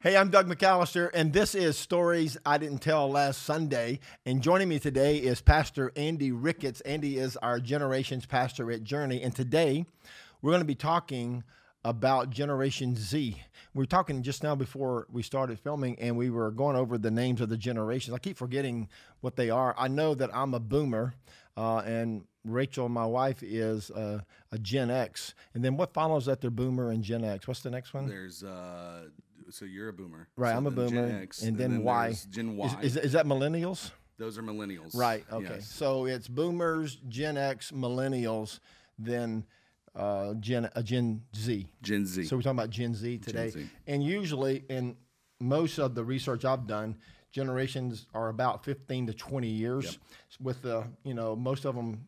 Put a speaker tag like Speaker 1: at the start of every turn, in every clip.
Speaker 1: Hey, I'm Doug McAllister, and this is Stories I Didn't Tell Last Sunday. And joining me today is Pastor Andy Ricketts. Andy is our generation's pastor at Journey. And today we're going to be talking about Generation Z. We were talking just now before we started filming, and we were going over the names of the generations. I keep forgetting what they are. I know that I'm a boomer, uh, and Rachel, my wife, is uh, a Gen X. And then what follows after boomer and Gen X? What's the next one?
Speaker 2: There's uh, so you're a boomer,
Speaker 1: Right,
Speaker 2: So
Speaker 1: I'm a
Speaker 2: then
Speaker 1: boomer,
Speaker 2: Gen X,
Speaker 1: and then Y.
Speaker 2: there's Gen Y.
Speaker 1: Is, is, is that millennials?
Speaker 2: Those are millennials,
Speaker 1: Right. Okay.
Speaker 2: yes.
Speaker 1: So it's boomers, Gen X, millennials, then uh, Gen uh, Gen Z.
Speaker 2: Gen Z.
Speaker 1: So we're talking about Gen Z today,
Speaker 2: Z.
Speaker 1: and usually in most of the research I've done, generations are about 15 to 20 years. With the you know most of them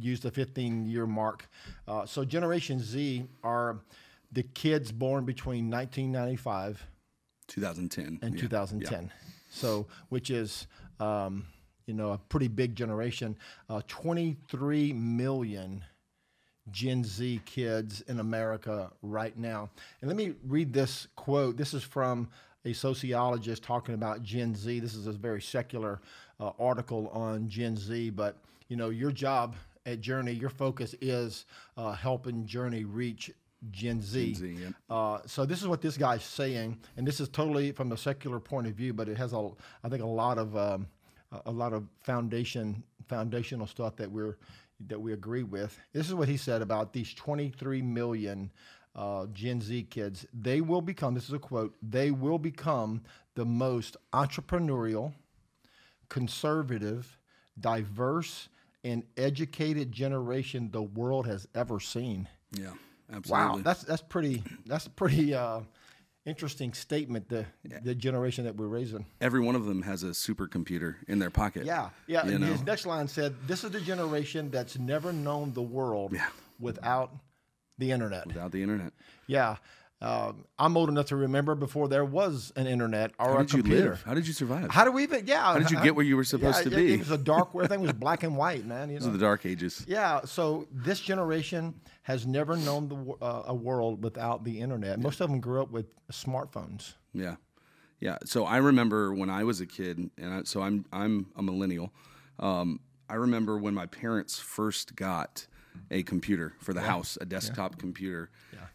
Speaker 1: use the 15 year mark. Uh, so Generation Z are the kids born between 1995
Speaker 2: 2010
Speaker 1: in
Speaker 2: Yeah.
Speaker 1: 2010. So, which is, um, you know, a pretty big generation. Uh, 23 million Gen Z kids in America right now. And let me read this quote. This is from a sociologist talking about Gen Z. This is a very secular uh, article on Gen Z, but, you know, your job at Journey, your focus is uh, helping Journey reach Gen Z.
Speaker 2: Gen Z, yeah.
Speaker 1: Uh, so this is what this guy's saying, and this is totally from the secular point of view, but it has a, I think, a lot of, um, a- a lot of foundation, foundational stuff that we're, that we agree with. This is what he said about these 23 million uh, Gen Z kids. They will become. This is a quote. They will become the most entrepreneurial, conservative, diverse, and educated generation the world has ever seen.
Speaker 2: Yeah,
Speaker 1: Wow,
Speaker 2: absolutely.
Speaker 1: that's that's pretty that's a pretty uh, interesting statement. The the generation that we're raising.
Speaker 2: Every one of them has a supercomputer in their pocket.
Speaker 1: Yeah, yeah.
Speaker 2: You
Speaker 1: and
Speaker 2: know?
Speaker 1: His next line said, "This is the generation that's never known the world without the internet."
Speaker 2: without the internet.
Speaker 1: Yeah, um, I'm old enough to remember before there was an internet or a
Speaker 2: How did you
Speaker 1: computer.
Speaker 2: live? How did you survive?
Speaker 1: How do we even? Yeah. How
Speaker 2: did you get where you were supposed to be?
Speaker 1: It was a dark. Everything was black and white, man. You know?
Speaker 2: Those are the dark ages.
Speaker 1: Yeah, so this generation has never known the, wo- uh, a world without the internet. Most of them grew up with smartphones.
Speaker 2: Yeah, yeah. So I remember when I was a kid, and I, so I'm I'm a millennial. Um, I remember when my parents first got a computer for the house, a desktop computer,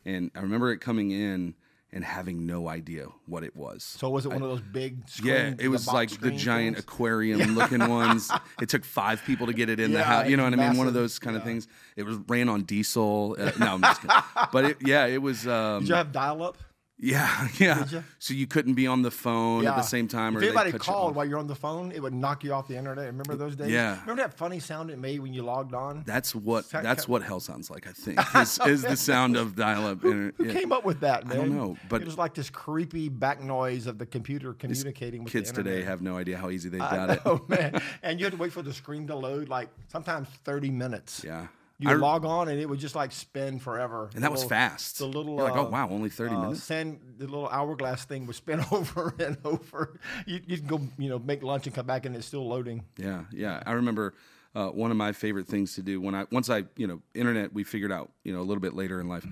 Speaker 2: and I remember it coming in and having no idea what it was.
Speaker 1: So was it one of those big? Screen,
Speaker 2: yeah,
Speaker 1: the
Speaker 2: it was
Speaker 1: box
Speaker 2: like the
Speaker 1: screen
Speaker 2: giant
Speaker 1: things?
Speaker 2: aquarium-looking ones. It took five people to get it in the
Speaker 1: Yeah,
Speaker 2: house. You know what I mean? One
Speaker 1: massive.
Speaker 2: of those kind of things. It was ran on diesel. Uh, no, I'm just kidding. but it, yeah, it was. Um,
Speaker 1: Did you have dial-up?
Speaker 2: yeah, yeah.
Speaker 1: ya?
Speaker 2: So you couldn't be on the phone at the same time, or
Speaker 1: if
Speaker 2: they'd
Speaker 1: anybody
Speaker 2: cut you
Speaker 1: called
Speaker 2: off.
Speaker 1: while you're on the phone, it would knock you off the internet. Remember those days?
Speaker 2: Yeah.
Speaker 1: Remember that funny sound it made when you logged on?
Speaker 2: That's what
Speaker 1: Sa-
Speaker 2: that's
Speaker 1: ca-
Speaker 2: what hell sounds like. I think is, is the sound of dial-up. internet.
Speaker 1: Who came up with that, man?
Speaker 2: don't know, but-
Speaker 1: it was like this creepy back noise of the computer communicating with
Speaker 2: Kids
Speaker 1: the internet.
Speaker 2: today have no idea how easy they
Speaker 1: I
Speaker 2: got it.
Speaker 1: know, man. And you had to wait for the screen to load, like sometimes 30 minutes.
Speaker 2: Yeah,
Speaker 1: You
Speaker 2: I-
Speaker 1: would log on and it would just like spin forever.
Speaker 2: and that was fast.
Speaker 1: The little
Speaker 2: You're like, oh
Speaker 1: uh,
Speaker 2: wow, only thirty
Speaker 1: uh,
Speaker 2: minutes.
Speaker 1: sand, the little hourglass thing would spin over and over. You, you'd go, you know, make lunch and come back and it's still loading.
Speaker 2: Yeah, yeah. I remember uh, one of my favorite things to do when I once I you know internet we figured out you know a little bit later in life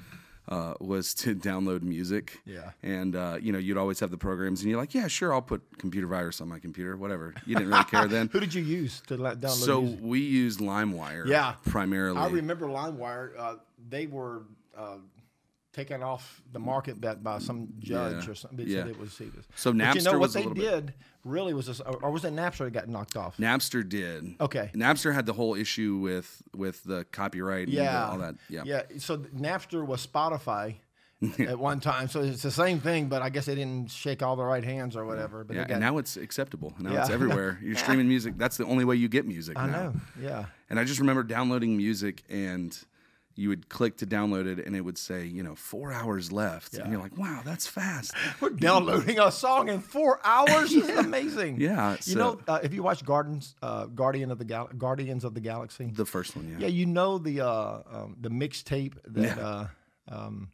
Speaker 2: uh, was to download music.
Speaker 1: Yeah.
Speaker 2: And uh, you know you'd always have the programs and you're like, yeah, sure, I'll put computer virus on my computer, whatever. You didn't really care then.
Speaker 1: Who did you use to la- download?
Speaker 2: So
Speaker 1: music?
Speaker 2: we used LimeWire.
Speaker 1: Yeah.
Speaker 2: Primarily.
Speaker 1: I remember LimeWire. Uh, they were uh, taken off the market that by some judge
Speaker 2: Yeah,
Speaker 1: or something. They said
Speaker 2: yeah.
Speaker 1: it was. It was
Speaker 2: So
Speaker 1: but you know
Speaker 2: Napster
Speaker 1: what
Speaker 2: was a
Speaker 1: they
Speaker 2: little bit-
Speaker 1: did really was, this, or or was it Napster that got knocked off?
Speaker 2: Napster did.
Speaker 1: Okay.
Speaker 2: Napster had the whole issue with with the copyright and
Speaker 1: yeah,
Speaker 2: the- all that. Yeah.
Speaker 1: yeah. So th- Napster was Spotify. at one time, so it's the same thing, but I guess they didn't shake all the right hands or whatever. But
Speaker 2: Yeah,
Speaker 1: they got,
Speaker 2: and now it's acceptable. Now
Speaker 1: Yeah.
Speaker 2: it's everywhere. You're streaming music. That's the only way you get music
Speaker 1: I
Speaker 2: now.
Speaker 1: know, yeah.
Speaker 2: And I just remember downloading music and you would click to download it and it would say, you know, four hours left. And you're like, wow, that's fast.
Speaker 1: We're downloading a song in four hours. It's amazing.
Speaker 2: Yeah,
Speaker 1: you know,
Speaker 2: so-
Speaker 1: uh, if you watch Gardens, uh, Guardian of the Gal- Guardians of the Galaxy,
Speaker 2: The first one, yeah.
Speaker 1: yeah, you know the uh, um, the mixtape that uh, um,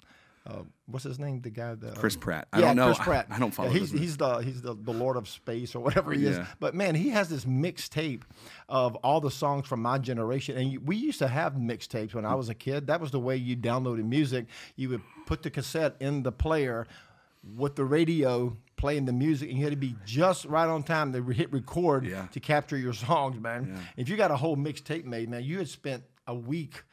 Speaker 1: uh, what's his name? The guy that
Speaker 2: Chris
Speaker 1: um,
Speaker 2: Pratt. I
Speaker 1: yeah,
Speaker 2: don't know.
Speaker 1: Chris
Speaker 2: I-
Speaker 1: Pratt.
Speaker 2: I don't follow
Speaker 1: Yeah, he's
Speaker 2: this-
Speaker 1: he's the he's the, the Lord of Space or whatever he is.
Speaker 2: Yeah.
Speaker 1: But man, he has this mixtape of all the songs from my generation, and you, we used to have mixtapes when I was a kid. That was the way you downloaded music. You would put the cassette in the player with the radio playing the music, and you had to be just right on time to re- hit record
Speaker 2: Yeah.
Speaker 1: to capture your songs, man. If you got a whole mixtape made, man, you had spent a week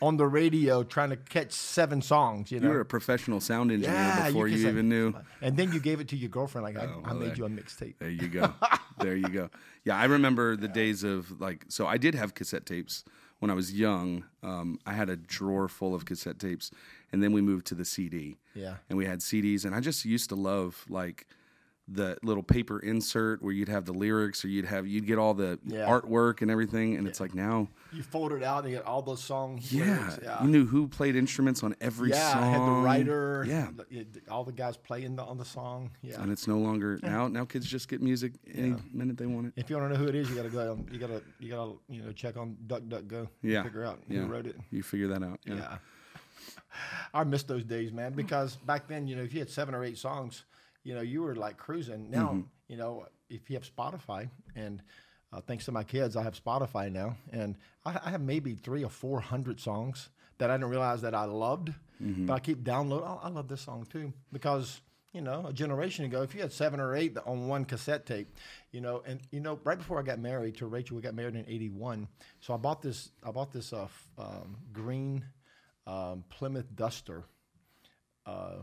Speaker 1: on the radio trying to catch seven songs. You know,
Speaker 2: You were a professional sound engineer before
Speaker 1: could
Speaker 2: you
Speaker 1: Ah, say-
Speaker 2: even knew. Oh,
Speaker 1: And then you gave it to your girlfriend. Like I, I
Speaker 2: well,
Speaker 1: made
Speaker 2: there-
Speaker 1: you a mixtape.
Speaker 2: There you go. there you go. Yeah, I remember the days of like. So I did have cassette tapes when I was young. Um, I had a drawer full of cassette tapes, and then we moved to the CD.
Speaker 1: Yeah.
Speaker 2: and we had CDs, and I just used to love like the little paper insert where you'd have the lyrics or you'd have you'd get all the
Speaker 1: Yeah.
Speaker 2: artwork and everything, and it's like now.
Speaker 1: You fold it out and you get all those songs.
Speaker 2: Yeah,
Speaker 1: lyrics. yeah.
Speaker 2: you knew who played instruments on every
Speaker 1: Yeah,
Speaker 2: song.
Speaker 1: I had the writer.
Speaker 2: Yeah,
Speaker 1: the- it- all the guys playing the, on the song. Yeah.
Speaker 2: and it's no longer now. Now kids just get music any minute they want it.
Speaker 1: If you want to know who it is, you gotta go. On, you gotta you gotta you know check on DuckDuckGo.
Speaker 2: Yeah,
Speaker 1: Figure out
Speaker 2: yeah.
Speaker 1: who wrote it.
Speaker 2: You figure that out. yeah.
Speaker 1: Yeah. I miss those days, man, because back then, you know, if you had seven or eight songs, you know, you were like cruising. Now, you know, if you have Spotify, and uh, thanks to my kids, I have Spotify now, and I, I have maybe three or four hundred songs that I didn't realize that I loved, but I keep downloading. Oh, I love this song too because. You know, a generation ago, if you had seven or eight on one cassette tape, you know, and you know, right before I got married to Rachel, we got married in '81. So I bought this, I bought this uh, f- um, green um, Plymouth Duster, uh,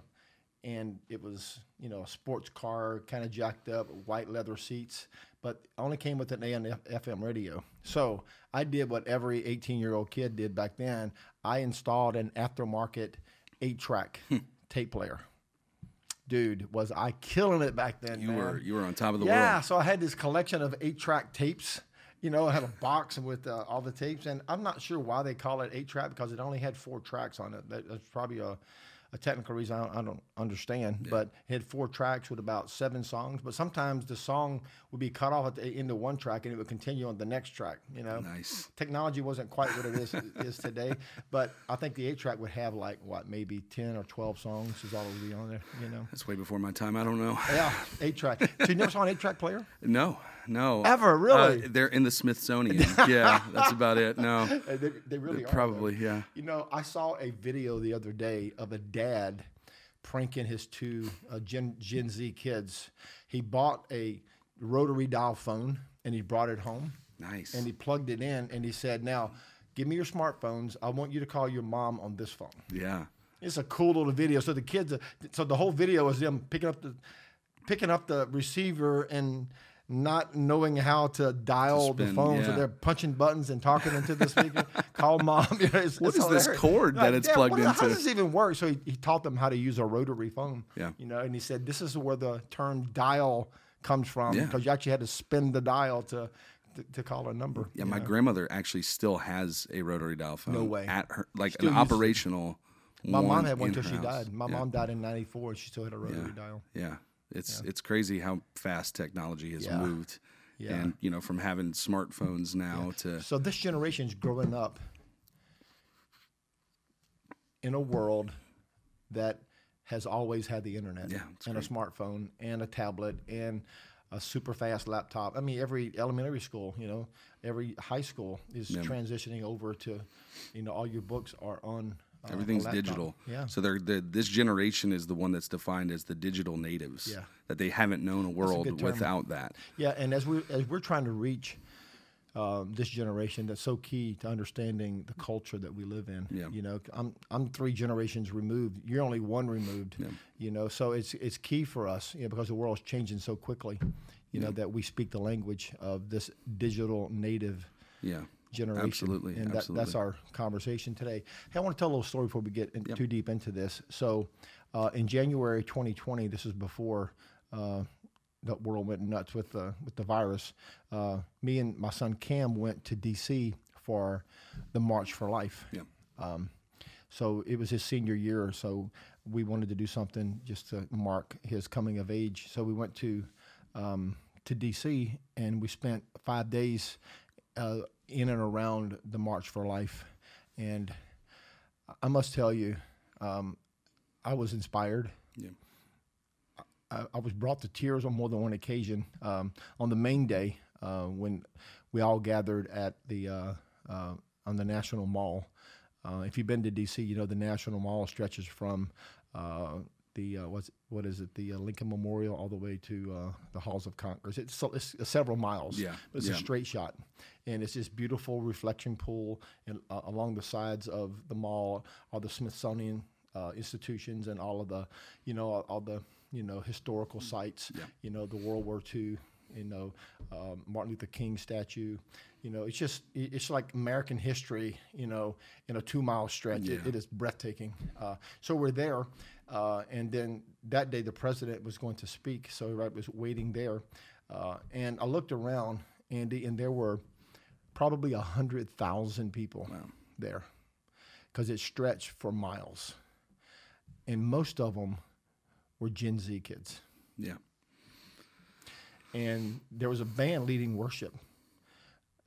Speaker 1: and it was you know a sports car, kind of jacked up, white leather seats, but only came with an AM FM radio. So I did what every 18 year old kid did back then. I installed an aftermarket eight track
Speaker 2: Hmm.
Speaker 1: tape player. Dude, was I killing it back then?
Speaker 2: You
Speaker 1: man.
Speaker 2: were you were on top of the
Speaker 1: Yeah,
Speaker 2: world.
Speaker 1: so I had this collection of eight track tapes. You know, I had a box with uh, all the tapes, and I'm not sure why they call it eight track because it only had four tracks on it. That, that's probably a, a technical reason I don't, I don't understand, but it had four tracks with about seven songs. But sometimes the song would be cut off at the end of one track and it would continue on the next track, you know?
Speaker 2: Nice.
Speaker 1: Technology wasn't quite what it is, is today, but I think the eight track would have like, what, maybe 10 or 12 songs is all that would be on there, you know?
Speaker 2: That's way before my time. I don't know.
Speaker 1: Yeah, eight track. So you never saw an eight track player?
Speaker 2: No, no.
Speaker 1: Ever, really?
Speaker 2: Uh, they're in the Smithsonian. yeah, that's about it. No,
Speaker 1: Uh, They, they really are. though.
Speaker 2: probably. Yeah.
Speaker 1: You know, I saw a video the other day of a dad pranking his two uh, Gen, Gen Z kids. He bought a rotary dial phone and he brought it home
Speaker 2: Nice.
Speaker 1: and he plugged it in and he said, Now, give me your smartphones. I want you to call your mom on this phone.
Speaker 2: yeah.
Speaker 1: It's a cool little video. So the kids, are- so the whole video is them picking up the, picking up the receiver and not knowing how to dial the
Speaker 2: spin,
Speaker 1: phone. So
Speaker 2: yeah.
Speaker 1: they're punching buttons and talking into the speaker. Call mom. You know, it's,
Speaker 2: What
Speaker 1: it's
Speaker 2: is this
Speaker 1: hilarious.
Speaker 2: cord
Speaker 1: You're
Speaker 2: that it's
Speaker 1: "Dad,
Speaker 2: plugged
Speaker 1: what is- How
Speaker 2: into?"
Speaker 1: does this even work? So he, he taught them how to use a rotary phone.
Speaker 2: Yeah.
Speaker 1: You know, and he said this is where the term dial comes from
Speaker 2: Yeah.
Speaker 1: because you actually had to spin the dial to to, to call a number.
Speaker 2: Yeah, my grandmother actually still has a rotary dial phone.
Speaker 1: No way.
Speaker 2: At her, like
Speaker 1: Still
Speaker 2: an
Speaker 1: uses it.
Speaker 2: operational.
Speaker 1: My mom
Speaker 2: one
Speaker 1: had one
Speaker 2: in
Speaker 1: till
Speaker 2: her
Speaker 1: she
Speaker 2: house.
Speaker 1: died. My mom died in '94 and she still had a rotary dial.
Speaker 2: Yeah, it's it's crazy how fast technology has
Speaker 1: Yeah.
Speaker 2: moved.
Speaker 1: Yeah.
Speaker 2: And you know, from having smartphones now to
Speaker 1: So this generation's growing up in a world that has always had the internet
Speaker 2: Yeah, it's
Speaker 1: and a smartphone and a tablet and a super fast laptop. I mean, every elementary school, you know, every high school is transitioning over to, you know, all your books are on. uh, a
Speaker 2: everything's
Speaker 1: laptop.
Speaker 2: digital.
Speaker 1: Yeah.
Speaker 2: So they're, they this generation is the one that's defined as the digital natives.
Speaker 1: Yeah.
Speaker 2: That they haven't known a world
Speaker 1: good term.
Speaker 2: without that.
Speaker 1: Yeah, and as we as we're trying to reach um, this generation, that's so key to understanding the culture that we live in.
Speaker 2: Yeah.
Speaker 1: You know, I'm I'm three generations removed. You're only one removed. You know, so it's it's key for us, you know, because the world's changing so quickly. You know that we speak the language of this digital native
Speaker 2: Yeah.
Speaker 1: generation.
Speaker 2: Absolutely,
Speaker 1: And that, that's
Speaker 2: absolutely.
Speaker 1: our conversation today. Hey, I want to tell a little story before we get in, too deep into this. So, uh, in January 2020, this is before uh, the world went nuts with the with the virus. Uh, me and my son Cam went to D.C. for the March for Life.
Speaker 2: Yeah.
Speaker 1: Um, so it was his senior year, so we wanted to do something just to mark his coming of age. So we went to um, to DC and we spent five days uh, in and around the March for Life, and I must tell you, um, I was inspired.
Speaker 2: Yeah.
Speaker 1: I, I was brought to tears on more than one occasion. Um, on the main day, uh, when we all gathered at the uh, uh, on the National Mall. Uh, if you've been to DC, you know the National Mall stretches from uh, the uh, what's what is it the uh, Lincoln Memorial all the way to uh, the halls of Congress. It's, so, it's several miles.
Speaker 2: Yeah,
Speaker 1: but it's
Speaker 2: yeah.
Speaker 1: a straight shot, and it's this beautiful reflection pool. And uh, along the sides of the mall are the Smithsonian uh, institutions and all of the, you know, all, all the you know historical sites. You know the World War II. You know um, Martin Luther King statue. You know it's just it- it's like American history. You know in a two mile stretch, It-
Speaker 2: Yeah.
Speaker 1: it is breathtaking. Uh, so we're there, uh, and then that day the president was going to speak, so I was waiting there, uh, and I looked around, Andy, and there were probably a hundred thousand people there, because it stretched for miles, and most of them were Gen Z kids
Speaker 2: Yeah.
Speaker 1: and there was a band leading worship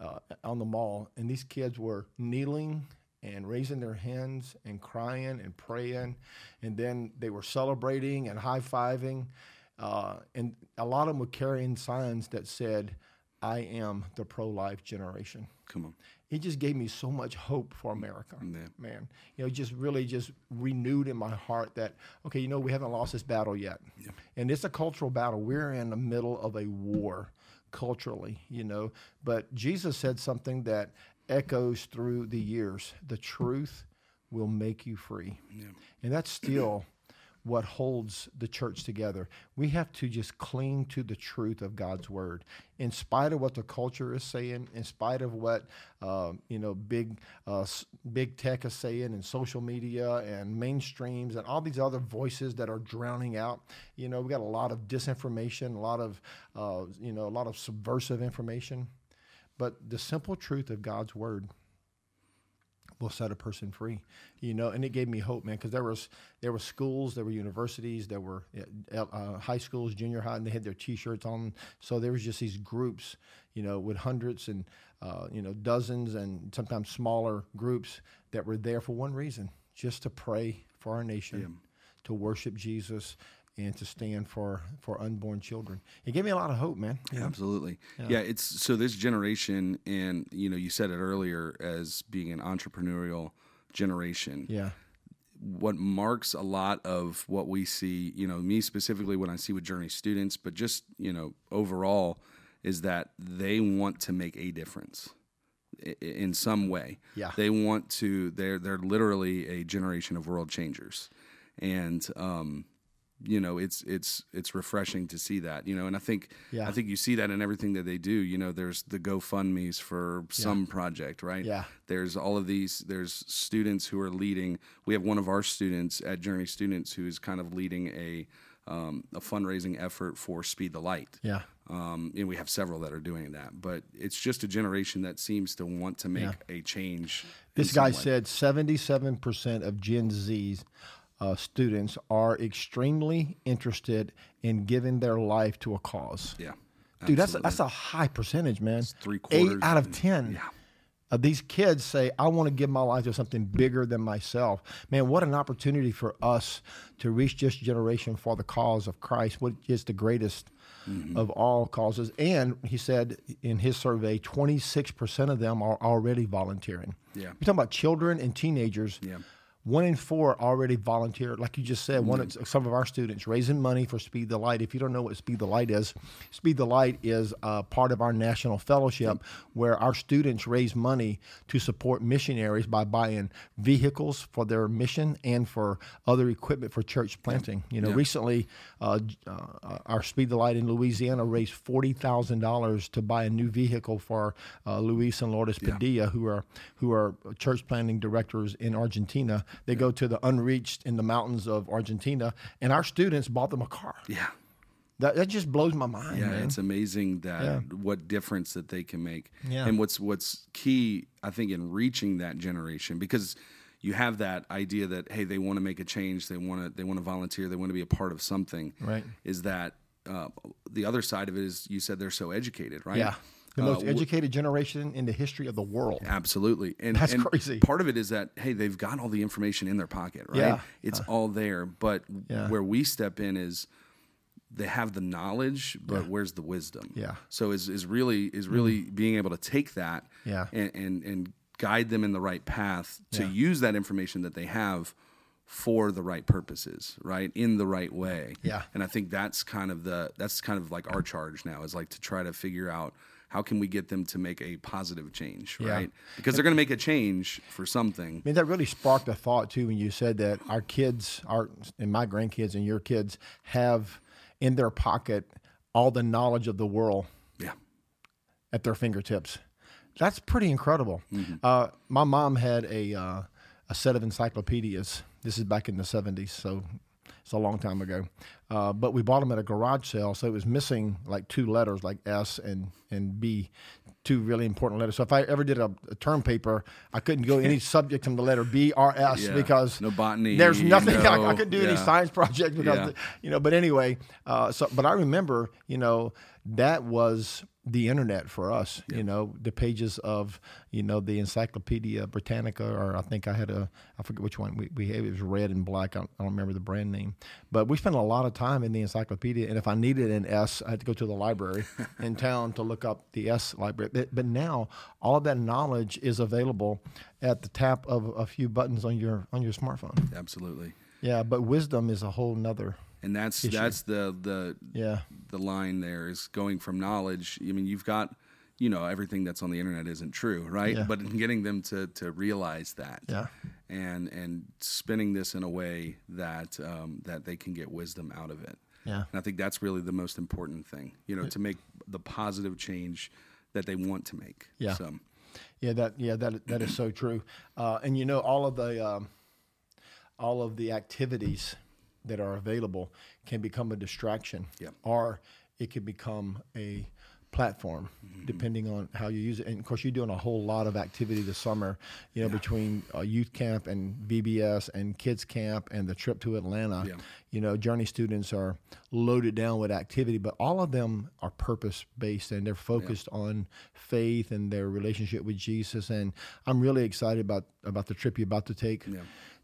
Speaker 1: uh, on the mall, and these kids were kneeling and raising their hands and crying and praying, and then they were celebrating and high fiving, uh, and a lot of them were carrying signs that said, "I am the pro life generation."
Speaker 2: Come on.
Speaker 1: It just gave me so much hope for America,
Speaker 2: Yeah.
Speaker 1: man. You know, just really just renewed in my heart that okay, you know, we haven't lost this battle yet, and it's a cultural battle. We're in the middle of a war culturally, you know. But Jesus said something that echoes through the years: the truth will make you free, and that's still. What holds the church together? We have to just cling to the truth of God's word, in spite of what the culture is saying, in spite of what um, you know, big uh, s- big tech is saying, and social media, and mainstreams, and all these other voices that are drowning out. You know, we got a lot of disinformation, a lot of uh, you know, a lot of subversive information, but the simple truth of God's word will set a person free you know and it gave me hope man because there was there were schools there were universities there were uh, uh, high schools junior high and they had their t-shirts on so there was just these groups you know with hundreds and uh, you know dozens and sometimes smaller groups that were there for one reason just to pray for our nation to worship jesus and to stand for for unborn children it gave me a lot of hope man
Speaker 2: Absolutely. Yeah. it's so this generation and you know, you said it earlier as being an entrepreneurial generation.
Speaker 1: yeah
Speaker 2: What marks a lot of what we see, you know, me specifically when I see with Journey students, but just, you know, overall is that they want to make a difference i- i- in some way.
Speaker 1: Yeah.
Speaker 2: They want to they're they're literally a generation of world changers. And um you know it's it's it's refreshing to see that you know and i think
Speaker 1: Yeah.
Speaker 2: i think you see that in everything that they do you know there's the gofundme's for some project right
Speaker 1: Yeah.
Speaker 2: there's all of these there's students who are leading we have one of our students at journey students who is kind of leading a um, a fundraising effort for speed the light
Speaker 1: yeah
Speaker 2: um, and we have several that are doing that but it's just a generation that seems to want to make a change in
Speaker 1: This
Speaker 2: some
Speaker 1: guy
Speaker 2: way.
Speaker 1: said 77% of Gen Z's uh, students are extremely interested in giving their life to a cause.
Speaker 2: yeah
Speaker 1: Dude, that's that's a high percentage, man.
Speaker 2: three
Speaker 1: Eight
Speaker 2: quarters.
Speaker 1: out of ten of these kids say, "I want to give my life to something bigger than myself." Man, what an opportunity for us to reach this generation for the cause of Christ, which is the greatest
Speaker 2: Mm-hmm.
Speaker 1: of all causes. And he said in his survey, twenty six percent of them are already volunteering.
Speaker 2: Yeah.
Speaker 1: we're talking about children and teenagers.
Speaker 2: Yeah.
Speaker 1: One in four already volunteered, like you just said. One of some of our students raising money for Speed the Light. If you don't know what Speed the Light is, Speed the Light is uh, part of our national fellowship where our students raise money to support missionaries by buying vehicles for their mission and for other equipment for church planting. You know, recently uh, j- uh, our Speed the Light in Louisiana raised forty thousand dollars to buy a new vehicle for uh, Luis and Lourdes Padilla, who are who are church planting directors in Argentina. They go to the unreached in the mountains of Argentina, and our students bought them a car.
Speaker 2: yeah
Speaker 1: That, that just blows my mind,
Speaker 2: Yeah,
Speaker 1: man.
Speaker 2: it's amazing that what difference that they can make.
Speaker 1: Yeah.
Speaker 2: And what's what's key, I think, in reaching that generation because you have that idea that hey, they want to make a change, they want to they want to volunteer, they want to be a part of something.
Speaker 1: Right.
Speaker 2: Is that uh, the other side of it? Is you said they're so educated, right?
Speaker 1: Yeah. The most
Speaker 2: w-
Speaker 1: educated generation in the history of the world.
Speaker 2: Absolutely. And
Speaker 1: That's
Speaker 2: and
Speaker 1: crazy.
Speaker 2: Part of it is that hey, they've got all the information in their pocket, right?
Speaker 1: Yeah. Uh.
Speaker 2: It's all there, but
Speaker 1: Yeah.
Speaker 2: where we step in is they have the knowledge, but where's the wisdom?
Speaker 1: Yeah. Mm.
Speaker 2: So is is really is really being able to take that
Speaker 1: Yeah.
Speaker 2: and and, and guide them in the right path to use that information that they have for the right purposes, right? In the right way.
Speaker 1: Yeah.
Speaker 2: And I think that's kind of the that's kind of like our charge now is like to try to figure out how can we get them to make a positive change,
Speaker 1: Yeah.
Speaker 2: right? Because they're going to make a change for something.
Speaker 1: I mean, that really sparked a thought too when you said that our kids, our and my grandkids and your kids have in their pocket all the knowledge of the world
Speaker 2: Yeah.
Speaker 1: at their fingertips. That's pretty incredible.
Speaker 2: Mm-hmm.
Speaker 1: Uh, my mom had a uh, a set of encyclopedias. This is back in the '70s, so it's a long time ago. Uh, but we bought them at a garage sale, so it was missing like two letters, like S and and B, two really important letters. So if I ever did a, a term paper, I couldn't go any subject from the letter B or S
Speaker 2: Yeah.
Speaker 1: because
Speaker 2: No botany,
Speaker 1: There's nothing I, I
Speaker 2: no-
Speaker 1: could do any
Speaker 2: yeah.
Speaker 1: science project because
Speaker 2: Yeah.
Speaker 1: you know. But anyway, uh, so but I remember, you know, that was the internet for us. You know, the pages of you know the Encyclopedia Britannica, or I think I had a, I forget which one we, we had. It was red and black. I don't, I don't remember the brand name, but we spent a lot of time in the encyclopedia. And if I needed an S, I had to go to the library in town to look up the S library. But, but now all of that knowledge is available at the tap of a few buttons on your on your smartphone.
Speaker 2: Absolutely.
Speaker 1: Yeah, but wisdom is a whole nother.
Speaker 2: And that's that's the the
Speaker 1: Yeah.
Speaker 2: the line there is going from knowledge. I mean, you've got, you know, everything that's on the internet isn't true, right?
Speaker 1: Yeah.
Speaker 2: But in getting them to to realize that,
Speaker 1: Yeah.
Speaker 2: and and spinning this in a way that um, that they can get wisdom out of it.
Speaker 1: Yeah.
Speaker 2: and I think that's really the most important thing, you know, to make the positive change that they want to make.
Speaker 1: Yeah.
Speaker 2: So,
Speaker 1: Yeah, that yeah that that is so true. Uh, and you know all of the um, all of the activities that are available can become a distraction,
Speaker 2: Yeah.
Speaker 1: or it can become a platform depending on how you use it. And of course, you're doing a whole lot of activity this summer. You know between uh, youth camp and VBS and kids camp and the trip to Atlanta.
Speaker 2: Yeah.
Speaker 1: You know, Journey students are loaded down with activity, but all of them are purpose based and they're focused on faith and their relationship with Jesus. And I'm really excited about about the trip you're about to take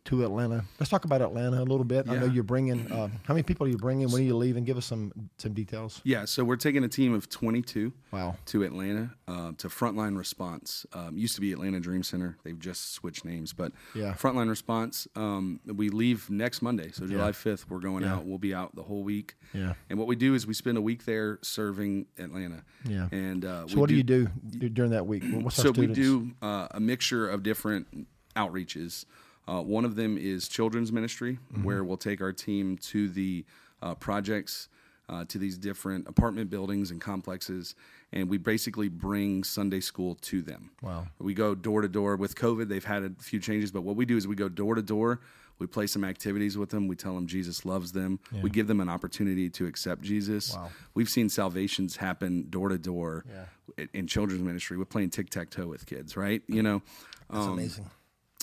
Speaker 1: to Atlanta. Let's talk about Atlanta a little bit. I know
Speaker 2: Yeah.
Speaker 1: you're bringing. Uh, how many people are you bringing? When are you leaving? Give us some some details.
Speaker 2: yeah, so we're taking a team of 22
Speaker 1: Wow.
Speaker 2: to Atlanta uh, to Frontline Response. Um, used to be Atlanta Dream Center. They've just switched names, but
Speaker 1: Yeah.
Speaker 2: Frontline Response. Um, we leave next Monday, so July 5th. We're going out. We'll be out the whole week.
Speaker 1: Yeah.
Speaker 2: And what we do is we spend a week there serving Atlanta.
Speaker 1: Yeah.
Speaker 2: And uh,
Speaker 1: So what do, you do during that week? What's our
Speaker 2: so
Speaker 1: students?
Speaker 2: we do uh, a mixture of different outreaches. Uh, one of them is children's ministry,
Speaker 1: Mm-hmm.
Speaker 2: where we'll take our team to the uh, projects, uh, to these different apartment buildings and complexes, and we basically bring Sunday school to them.
Speaker 1: Wow.
Speaker 2: We go door to door. With COVID, they've had a few changes, but what we do is we go door to door. We play some activities with them. We tell them Jesus loves them. We give them an opportunity to accept Jesus.
Speaker 1: Wow.
Speaker 2: We've seen salvations happen door to door
Speaker 1: Yeah.
Speaker 2: in- in children's ministry. We're playing tic tac toe with kids, right? You know,
Speaker 1: It's
Speaker 2: um,
Speaker 1: amazing.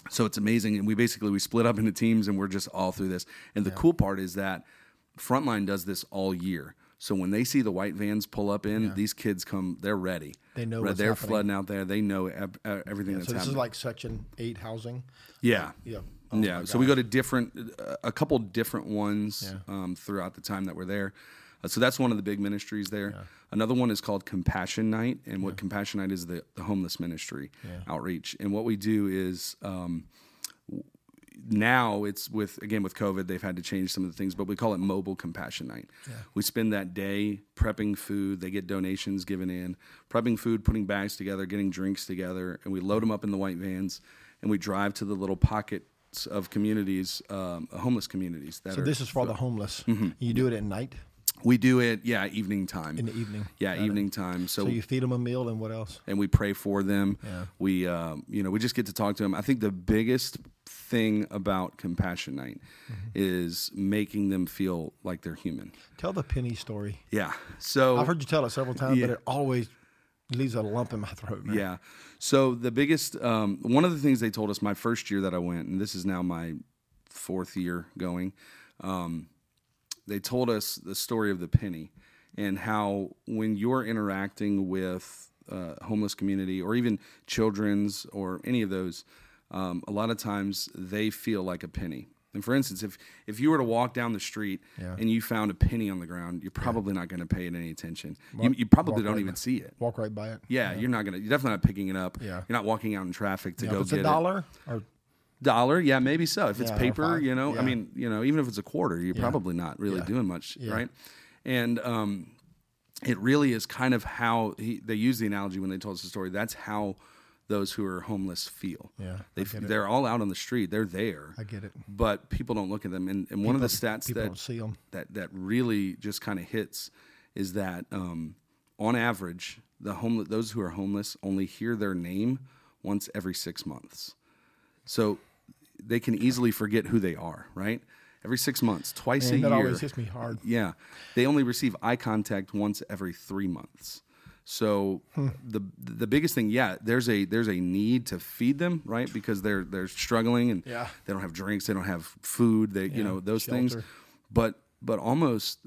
Speaker 2: so it's amazing. And we basically we split up into teams, and we're just all through this. And the cool part is that Frontline does this all year. So when they see the white vans pull up in, these kids come. They're ready.
Speaker 1: They know
Speaker 2: Right,
Speaker 1: what's
Speaker 2: they're
Speaker 1: happening.
Speaker 2: flooding out there. They know ev- uh, everything that's
Speaker 1: So this
Speaker 2: happening.
Speaker 1: is like section eight housing.
Speaker 2: yeah,
Speaker 1: Yeah. Oh,
Speaker 2: yeah. So we go to different, uh, a couple different ones
Speaker 1: Yeah.
Speaker 2: um, throughout the time that we're there. Uh, so that's one of the big ministries there. Another one is called Compassion Night, and what Compassion Night is the, the homeless ministry outreach. And what we do is um, w- now it's with again with COVID, they've had to change some of the things, but we call it Mobile Compassion Night. We spend that day prepping food. They get donations given in, prepping food, putting bags together, getting drinks together, and we load them up in the white vans, and we drive to the little pockets of communities, um, homeless communities that
Speaker 1: So
Speaker 2: are
Speaker 1: this is for the homeless.
Speaker 2: Mm-hmm.
Speaker 1: You do it at night,
Speaker 2: we do it, yeah, evening time.
Speaker 1: in the evening.
Speaker 2: yeah, evening time. So,
Speaker 1: So you feed them a meal and what else?
Speaker 2: and we pray for them. We, um, you know, we just get to talk to them. I think the biggest thing about Compassion Night is making them feel like they're human.
Speaker 1: Tell the penny story.
Speaker 2: Yeah. So
Speaker 1: I've heard you tell it several times, but
Speaker 2: Yeah.
Speaker 1: it always leaves a lump in my throat. Man.
Speaker 2: Yeah. So the biggest, um, one of the things they told us my first year that I went, and this is now my fourth year going, um, they told us the story of the penny and how when you're interacting with uh, homeless community or even children's or any of those, um, a lot of times they feel like a penny. And for instance, if if you were to walk down the street
Speaker 1: Yeah.
Speaker 2: and you found a penny on the ground, you're probably not going to pay it any attention. you, you probably
Speaker 1: walk
Speaker 2: don't
Speaker 1: right
Speaker 2: even
Speaker 1: by.
Speaker 2: see it.
Speaker 1: Walk right by it.
Speaker 2: Yeah, you're not gonna. You're definitely not picking it up.
Speaker 1: Yeah.
Speaker 2: you're not walking out in traffic to
Speaker 1: Yeah,
Speaker 2: go
Speaker 1: if it's
Speaker 2: get
Speaker 1: a dollar or
Speaker 2: it. Dollar, yeah, maybe so. If it's
Speaker 1: Yeah, or
Speaker 2: paper,
Speaker 1: five.
Speaker 2: you know,
Speaker 1: Yeah.
Speaker 2: I mean, you know, even if it's a quarter, you're probably not really doing much, right? And um, it really is kind of how he, they use the analogy when they told us the story. That's how those who are homeless feel.
Speaker 1: Yeah,
Speaker 2: they f- they're all out on the street. They're there.
Speaker 1: I get it.
Speaker 2: But people don't look at them. And, and one of the stats
Speaker 1: People
Speaker 2: that
Speaker 1: don't see them.
Speaker 2: that that really just kind of hits is that um, on average, the homeless those who are homeless only hear their name once every six months, so they can easily forget who they are. Right, every six months, twice
Speaker 1: And
Speaker 2: a
Speaker 1: that
Speaker 2: year.
Speaker 1: always hits me hard.
Speaker 2: Yeah, they only receive eye contact once every three months. So
Speaker 1: Hmm.
Speaker 2: the the biggest thing, yeah, there's a there's a need to feed them, right? Because they're they're struggling and
Speaker 1: Yeah.
Speaker 2: they don't have drinks, they don't have food, they you know those things.
Speaker 1: shelter.
Speaker 2: But but almost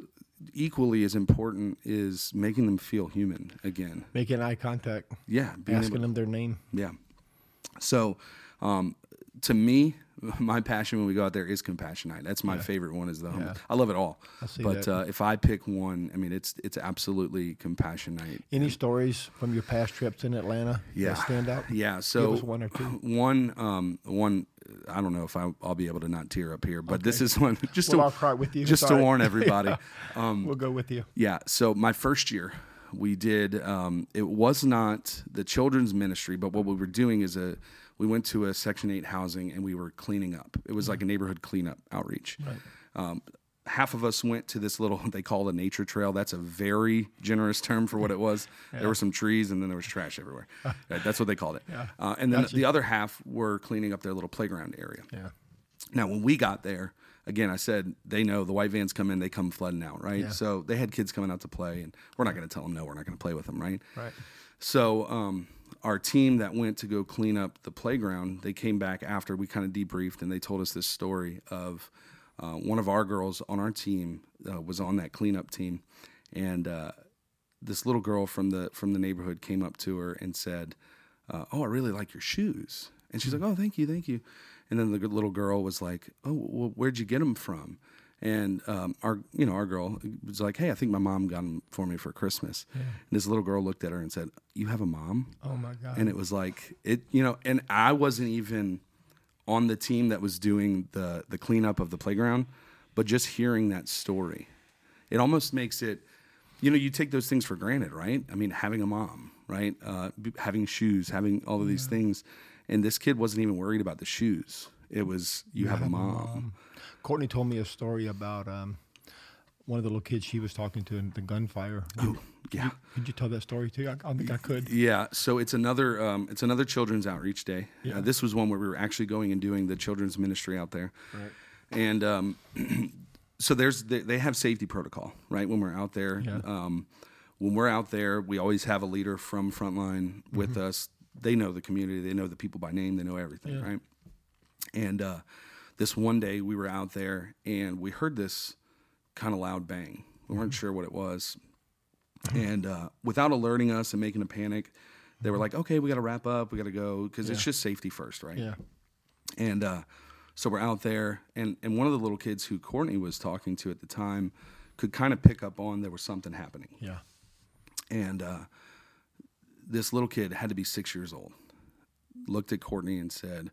Speaker 2: equally as important is making them feel human again.
Speaker 1: Making eye contact,
Speaker 2: Yeah, being able-
Speaker 1: asking them their name.
Speaker 2: yeah. So, um, to me, my passion when we go out there is Compassion Night. That's my favorite one. Is the home. I love it all.
Speaker 1: see
Speaker 2: but
Speaker 1: that.
Speaker 2: Uh, if I pick one, I mean, it's it's absolutely Compassion Night.
Speaker 1: Any stories from your past trips in Atlanta
Speaker 2: Yeah.
Speaker 1: that stand out?
Speaker 2: Yeah. So
Speaker 1: us one or two.
Speaker 2: One, um, one. I don't know if I, I'll be able to not tear up here, but this is one just
Speaker 1: Well,
Speaker 2: to
Speaker 1: I'll cry with you.
Speaker 2: Just
Speaker 1: It's
Speaker 2: to
Speaker 1: all right.
Speaker 2: warn everybody. um,
Speaker 1: We'll go with you.
Speaker 2: yeah. So my first year, we did. Um, it was not the children's ministry, but what we were doing is a. We went to a Section Eight housing and we were cleaning up. It was like a neighborhood cleanup outreach. Um, half of us went to this little they call a nature trail. That's a very generous term for what it was. There were some trees and then there was trash everywhere. Uh, That's what they called it. Uh, and then the other half were cleaning up their little playground area.
Speaker 1: Yeah.
Speaker 2: Now, when we got there, again, I said they know the white vans come in, they come flooding out, right? So they had kids coming out to play, and we're not going to tell them no, we're not going to play with them, right?
Speaker 1: Right.
Speaker 2: So um, our team that went to go clean up the playground, they came back after we kind of debriefed, and they told us this story of uh, one of our girls on our team uh, was on that cleanup team, and uh, this little girl from the from the neighborhood came up to her and said, uh, "Oh, I really like your shoes." And she's like, "Oh, thank you, thank you." And then the g- little girl was like, "Oh, well, where'd you get them from?" And um, our you know our girl was like, "Hey, I think my mom got them for me for Christmas." And this little girl looked at her and said, "You have a mom?"
Speaker 1: Oh my God.
Speaker 2: and it was like it you know and i wasn't even on the team that was doing the the cleanup of the playground but just hearing that story it almost makes it you know you take those things for granted right i mean having a mom right uh, b- having shoes having all of these things and this kid wasn't even worried about the shoes it was you, have, a mom.
Speaker 1: Courtney told me a story about um, one of the little kids she was talking to in the gunfire.
Speaker 2: Oh.
Speaker 1: Would-
Speaker 2: yeah
Speaker 1: Could you tell that story too? I, I don't think I could.
Speaker 2: Yeah, so it's another um, it's another children's outreach day. Uh, this was one where we were actually going and doing the children's ministry out there, right. and um, so there's they, they have safety protocol right when we're out there. Um, when we're out there, we always have a leader from frontline with us. They know the community, they know the people by name, they know everything, right? And uh, this one day we were out there and we heard this kind of loud bang. We weren't sure what it was. And uh, without alerting us and making a panic, they were like, okay, we got to wrap up. We got to go because it's just safety first, right?
Speaker 1: Yeah.
Speaker 2: And uh, so we're out there. And, and one of the little kids who Courtney was talking to at the time could kind of pick up on there was something happening
Speaker 1: Yeah.
Speaker 2: and uh, this little kid had to be six years old. Looked at Courtney and said,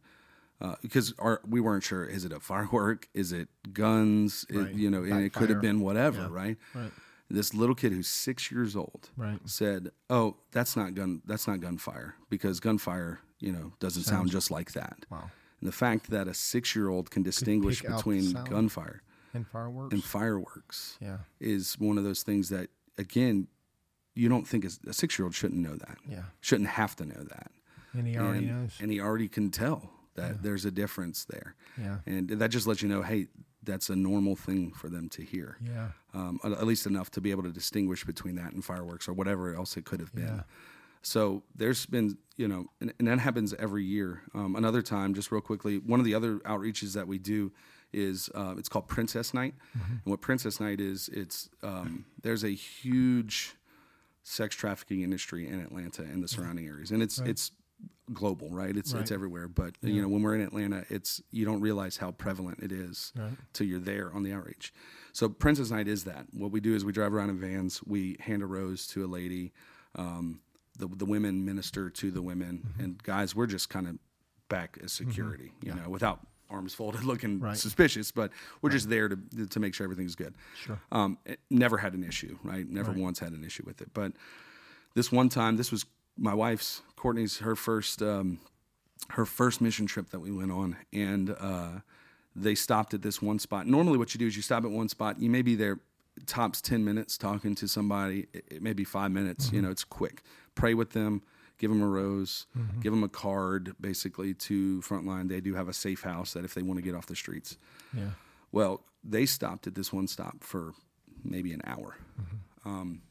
Speaker 2: uh, because our, we weren't sure, is it a firework? Is it guns? It-
Speaker 1: Right.
Speaker 2: you know, and it could have
Speaker 1: Backfire.
Speaker 2: been whatever, right?
Speaker 1: Right.
Speaker 2: This little kid who's six years old
Speaker 1: Right.
Speaker 2: said, "Oh, that's not gun. That's not gunfire because gunfire, you know, doesn't sound just like that."
Speaker 1: Wow.
Speaker 2: And the fact that a six-year-old can distinguish
Speaker 1: pick out the
Speaker 2: between
Speaker 1: sound.
Speaker 2: gunfire
Speaker 1: And fireworks.
Speaker 2: and fireworks
Speaker 1: yeah.
Speaker 2: is one of those things that again you don't think is- a six year old shouldn't know that
Speaker 1: Yeah.
Speaker 2: shouldn't have to know that
Speaker 1: And he already
Speaker 2: and,
Speaker 1: knows.
Speaker 2: and he already can tell that there's a difference there
Speaker 1: Yeah.
Speaker 2: and that just lets you know hey that's a normal thing for them to hear
Speaker 1: Yeah.
Speaker 2: um, at at least enough to be able to distinguish between that and fireworks or whatever else it could have been.
Speaker 1: Yeah.
Speaker 2: So there's been, you know, and, and that happens every year. Um, another time, just real quickly, one of the other outreaches that we do is uh, it's called Princess Night, and what Princess Night is, it's um, there's a huge sex trafficking industry in Atlanta and the surrounding areas, and it's it's global, right? It's it's everywhere. But you know, when we're in Atlanta, it's you don't realize how prevalent it is till you're there on the outreach. So Princess Night is that. What we do is we drive around in vans, we hand a rose to a lady. Um, the, the women minister to the women and guys we're just kind of back as security you know without arms folded looking suspicious but we're just there to to make sure everything's good sure um it never had an issue right never once had an issue with it but this one time this was my wife's courtney's her first um her first mission trip that we went on and uh they stopped at this one spot normally what you do is you stop at one spot you may be there tops 10 minutes talking to somebody it, it may be five minutes you know it's quick pray with them give them a rose give them a card basically to frontline they do have a safe house that if they want to get off the streets
Speaker 1: Yeah.
Speaker 2: well they stopped at this one stop for maybe an hour Um,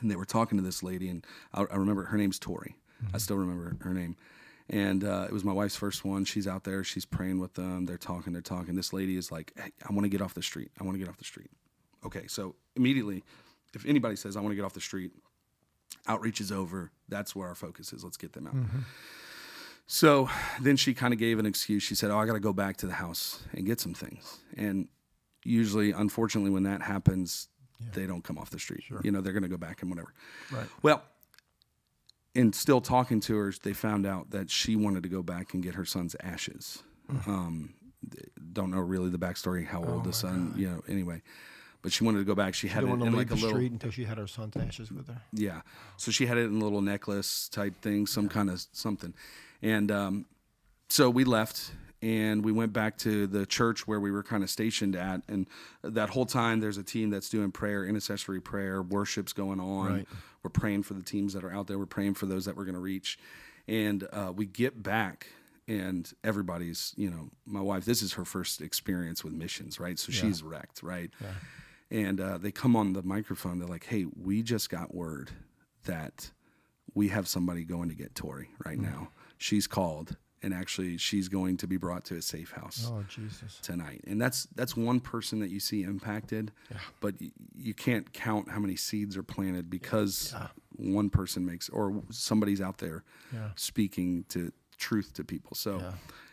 Speaker 2: and they were talking to this lady, and I, I remember her name's Tori. I still remember her name. And uh, it was my wife's first one. She's out there. She's praying with them. They're talking. They're talking. This lady is like, hey, I want to get off the street. I want to get off the street. Okay, so immediately, if anybody says, I want to get off the street, outreach is over. That's where our focus is. Let's get them out.
Speaker 1: Mm-hmm.
Speaker 2: So then she kind of gave an excuse. She said, Oh, I got to go back to the house and get some things. And usually, unfortunately, when that happens, they don't come off the street. You know, they're going to go back and whatever.
Speaker 1: Right.
Speaker 2: Well, and still talking to her, they found out that she wanted to go back and get her son's ashes.
Speaker 1: Hmm.
Speaker 2: Um, th- don't know really the backstory, how
Speaker 1: Oh
Speaker 2: old the son, you know, anyway. But she wanted to go back. She had
Speaker 1: Didn't
Speaker 2: it
Speaker 1: want to
Speaker 2: in
Speaker 1: leave
Speaker 2: like
Speaker 1: the
Speaker 2: a little
Speaker 1: street until she had her son's ashes with her.
Speaker 2: yeah. So she had it in a little necklace type thing, some kind of something. And um, so we left and we went back to the church where we were kind of stationed at. And that whole time, there's a team that's doing prayer, intercessory prayer, worship's going on. We're praying for the teams that are out there, we're praying for those that we're going to reach. And uh, we get back. And everybody's, you know, my wife, this is her first experience with missions, right? So she's wrecked, right? and uh, they come on the microphone. They're like, "Hey, we just got word that we have somebody going to get Tori right
Speaker 1: Mm.
Speaker 2: now. She's called, and actually, she's going to be brought to a safe house."
Speaker 1: Oh Jesus.
Speaker 2: tonight and that's that's one person that you see impacted but y- you can't count how many seeds are planted because one person makes or somebody's out there speaking to truth to people so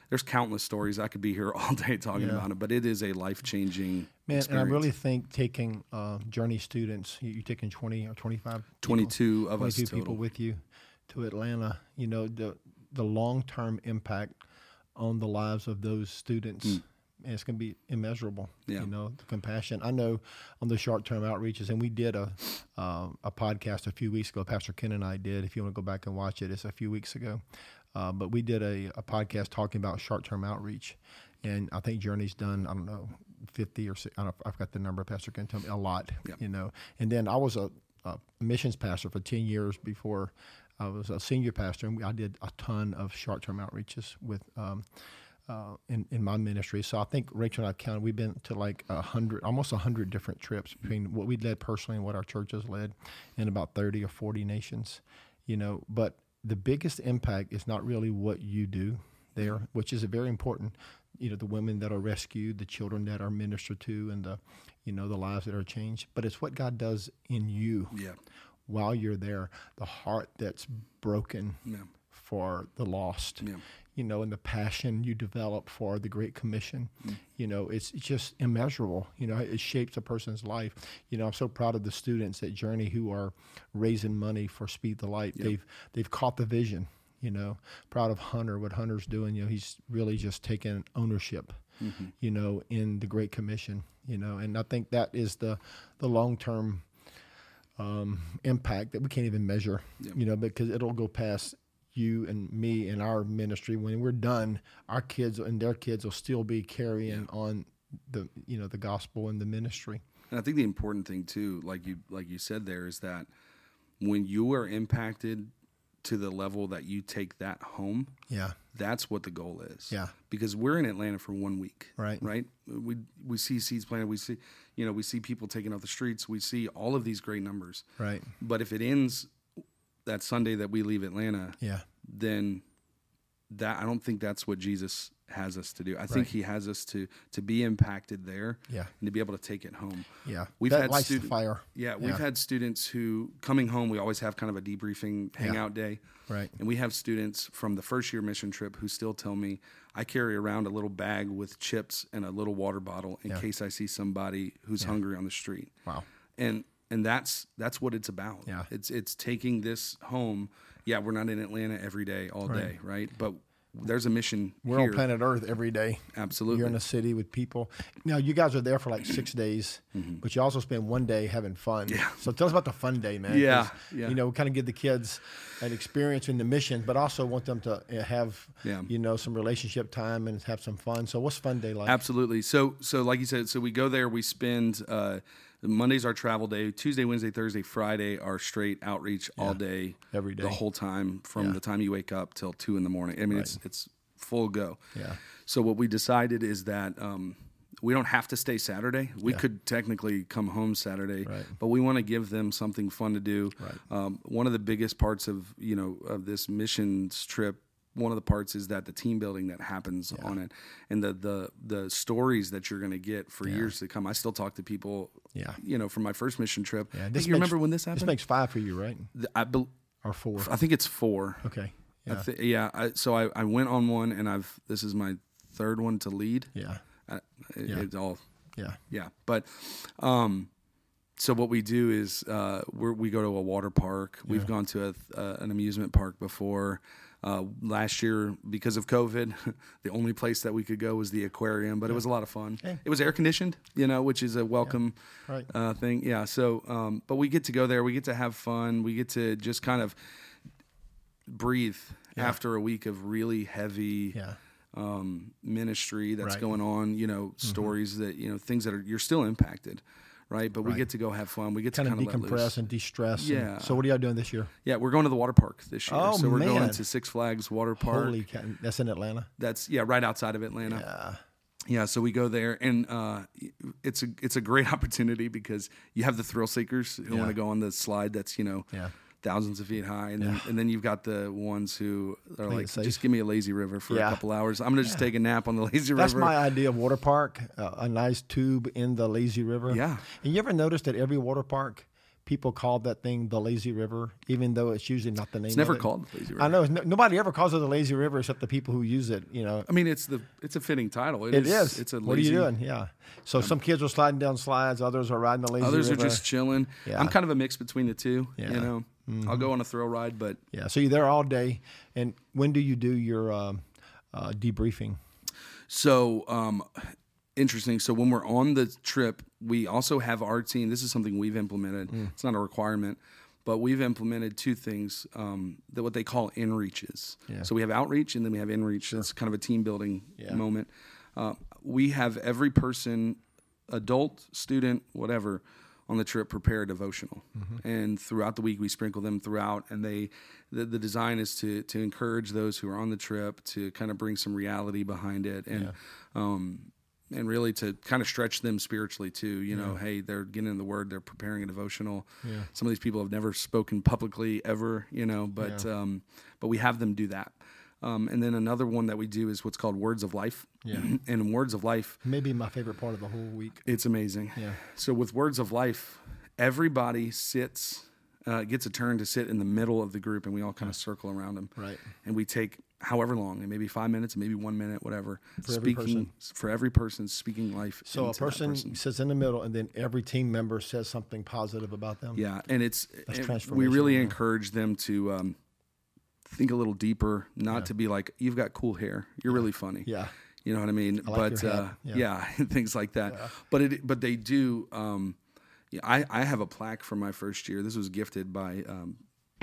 Speaker 2: there's countless stories i could be here all day talking about it but it is a life-changing
Speaker 1: Man,
Speaker 2: experience.
Speaker 1: and I really think taking uh, journey students, you- you're taking 20 or 25,
Speaker 2: 22 of us
Speaker 1: 22
Speaker 2: total.
Speaker 1: people with you to Atlanta, you know, the, the long term impact on the lives of those students. man, It's going to be immeasurable,
Speaker 2: Mm. Yeah.
Speaker 1: you know, the compassion. I know on the short-term outreaches, and we did a um a podcast a few weeks ago. Pastor Ken and I did. If you want to go back and watch it, it's a few weeks ago. Uh, but we did a, a podcast talking about short-term outreach, and I think Journey's done. I don't know, fifty or si- I don't, I've got the number. Pastor Ken told me a lot, you know. And then I was a, a missions pastor for ten years before I was a senior pastor, and we, I did a ton of short-term outreaches with. Um, uh, in, in my ministry. So I think Rachel and I counted, we've been to like a hundred, almost a hundred different trips between what we led personally and what our church has led in about 30 or 40 nations, you know, but the biggest impact is not really what you do there, which is very important. You know, the women that are rescued, the children that are ministered to and the, you know, the lives that are changed, but it's what God does in you
Speaker 2: Yeah.
Speaker 1: while you're there, the heart that's broken for the lost, you know, and the passion you develop for the Great Commission, you know, it's it's just immeasurable. You know, it shapes a person's life. You know, I'm so proud of the students at Journey who are raising money for Speed the Light. They've they've caught the vision. You know, proud of Hunter, what Hunter's doing. You know, he's really just taking ownership you know, in the Great Commission, you know, and I think that is the the long term um, impact that we can't even measure, you know, because it'll go past you and me and our ministry. When we're done, our kids and their kids will still be carrying on the you know the gospel and the ministry.
Speaker 2: And I think the important thing too, like you like you said there, is that when you are impacted to the level that you take that home,
Speaker 1: Yeah,
Speaker 2: that's what the goal is.
Speaker 1: Yeah.
Speaker 2: Because we're in Atlanta for one week.
Speaker 1: Right.
Speaker 2: Right. We we see seeds planted. We see you know we see people taken off the streets. We see all of these great numbers.
Speaker 1: right.
Speaker 2: But if it ends that Sunday that we leave Atlanta,
Speaker 1: Yeah,
Speaker 2: then that I don't think that's what Jesus has us to do. I think he has us to to be impacted there,
Speaker 1: Yeah.
Speaker 2: and to be able to take it home.
Speaker 1: Yeah.
Speaker 2: we've
Speaker 1: That
Speaker 2: had
Speaker 1: lights the
Speaker 2: student-
Speaker 1: fire.
Speaker 2: Yeah, we've
Speaker 1: Yeah.
Speaker 2: had students who coming home. We always have kind of a debriefing hangout day,
Speaker 1: Right.
Speaker 2: And we have students from the first year mission trip who still tell me I carry around a little bag with chips and a little water bottle in case I see somebody who's hungry on the street.
Speaker 1: Wow.
Speaker 2: And and that's that's what it's about.
Speaker 1: Yeah.
Speaker 2: It's it's taking this home. Yeah, we're not in Atlanta every day, all day, right? But there's a mission
Speaker 1: We're
Speaker 2: here.
Speaker 1: on planet Earth every day.
Speaker 2: Absolutely. Mm-hmm.
Speaker 1: You're in a city with people. Now you guys are there for like six days, but you also spend one day having fun. Yeah. So tell us about the fun day, man. 'cause,
Speaker 2: Yeah, yeah.
Speaker 1: You know, kind of give the kids an experience in the mission, but also want them to uh, have,
Speaker 2: Yeah.
Speaker 1: you know, some relationship time and have some fun. So what's fun day like?
Speaker 2: Absolutely. So, so like you said, so we go there. We spend uh, Monday's our travel day. Tuesday, Wednesday, Thursday, Friday are straight outreach all day,
Speaker 1: Every day.
Speaker 2: the whole time from the time you wake up till two in the morning. I mean, it's it's full go.
Speaker 1: Yeah.
Speaker 2: So what we decided is that um, we don't have to stay Saturday. We could technically come home Saturday,
Speaker 1: Right.
Speaker 2: but we want to give them something fun to do. Um, one of the biggest parts of you know of this missions trip, one of the parts is that the team building that happens on it, and the the the stories that you're going to get for years to come. I still talk to people,
Speaker 1: Yeah.
Speaker 2: you know, from my first mission trip. Yeah,
Speaker 1: this
Speaker 2: you
Speaker 1: makes-
Speaker 2: remember when this
Speaker 1: This
Speaker 2: happened?
Speaker 1: makes five for you, right?
Speaker 2: Th- I, bel
Speaker 1: Or four?
Speaker 2: I think it's four.
Speaker 1: Okay.
Speaker 2: I
Speaker 1: Yeah.
Speaker 2: thi- yeah. I, so I, I went on one, and I've this is my third one to lead.
Speaker 1: Yeah.
Speaker 2: I, it, It's all
Speaker 1: Yeah.
Speaker 2: yeah but um so what we do is uh we're, we go to a water park we've gone to a, th- uh, an amusement park before uh, last year because of covid the only place that we could go was the aquarium but it was a lot of fun it was air conditioned you know which is a welcome
Speaker 1: Right.
Speaker 2: uh, thing yeah so um, but we get to go there we get to have fun we get to just kind of breathe after a week of really heavy
Speaker 1: Yeah.
Speaker 2: um, ministry that's
Speaker 1: Right. Mm-hmm.
Speaker 2: going on, you know, stories that, you know, things that are, you're still impacted, right? But we get to go have fun. We get
Speaker 1: Kind
Speaker 2: to
Speaker 1: of
Speaker 2: kind of let
Speaker 1: decompress
Speaker 2: loose.
Speaker 1: and de-stress. and-
Speaker 2: Yeah.
Speaker 1: so what are y'all doing this year?
Speaker 2: Yeah, we're going to the water park this year.
Speaker 1: Oh,
Speaker 2: so we're
Speaker 1: man.
Speaker 2: going to Six Flags Water Park.
Speaker 1: Holy cow. That's in Atlanta.
Speaker 2: That's, yeah, right outside of Atlanta. Yeah, so we go there, and uh, it's a it's a great opportunity because you have the thrill seekers who want to go on the slide that's you know
Speaker 1: Yeah.
Speaker 2: thousands of feet high, and then, and then you've got the ones who are like,
Speaker 1: it safe.
Speaker 2: just give me a lazy river for
Speaker 1: Yeah.
Speaker 2: a couple hours. I'm gonna just take a nap on the lazy
Speaker 1: That's
Speaker 2: river.
Speaker 1: my idea of water park, uh, a nice tube in the lazy river.
Speaker 2: Yeah.
Speaker 1: And you ever notice that every water park, people call that thing the lazy river, even though it's usually not the name
Speaker 2: it's never
Speaker 1: of it.
Speaker 2: called the lazy river.
Speaker 1: I know. it's No, nobody ever calls it the lazy river except the people who use it, you know.
Speaker 2: I mean, it's the it's a fitting title.
Speaker 1: It is.
Speaker 2: It's a lazy.
Speaker 1: what are you doing? Yeah. So some kids are sliding down slides, others are riding the lazy
Speaker 2: Others are
Speaker 1: river.
Speaker 2: just chilling.
Speaker 1: Yeah.
Speaker 2: I'm kind of a mix between the two.
Speaker 1: Yeah. Mm-hmm.
Speaker 2: You know, I'll go on a thrill ride, but
Speaker 1: Yeah. So you're there all day. And when do you do your um, uh, debriefing?
Speaker 2: so um, interesting. So when we're on the trip, we also have our team. This is something we've implemented.
Speaker 1: Mm.
Speaker 2: It's not a requirement, but we've implemented two things um, that what they call in reaches. So we have outreach and then we have in reach. That's kind of a team building moment. Uh, we have every person, adult, student, whatever, on the trip prepare a devotional and throughout the week we sprinkle them throughout and they the, the design is to to encourage those who are on the trip to kind of bring some reality behind it and um and really to kind of stretch them spiritually too you know hey they're getting in the word they're preparing a devotional some of these people have never spoken publicly ever you know but um but we have them do that um, and then another one that we do is what's called words of life yeah. and words of life
Speaker 1: Maybe my favorite part of the whole week.
Speaker 2: it's amazing.
Speaker 1: Yeah.
Speaker 2: So with Words of Life, everybody sits, uh, gets a turn to sit in the middle of the group, and we all kind of circle around them.
Speaker 1: Right.
Speaker 2: And we take however long, and maybe five minutes, maybe one minute, whatever. For
Speaker 1: every
Speaker 2: speaking for every person, speaking life.
Speaker 1: So a
Speaker 2: into that
Speaker 1: person, sits in the middle, and then every team member says something positive about them.
Speaker 2: Yeah, and it's and we
Speaker 1: transformational,
Speaker 2: really encourage them to um, think a little deeper, not to be like you've got cool hair, you're really funny.
Speaker 1: Yeah.
Speaker 2: you know what I mean.
Speaker 1: like
Speaker 2: but
Speaker 1: your hat.
Speaker 2: uh,
Speaker 1: Yeah.
Speaker 2: yeah, things like that. But it but they do. Um, yeah, I I have a plaque from my first year. This was gifted by um,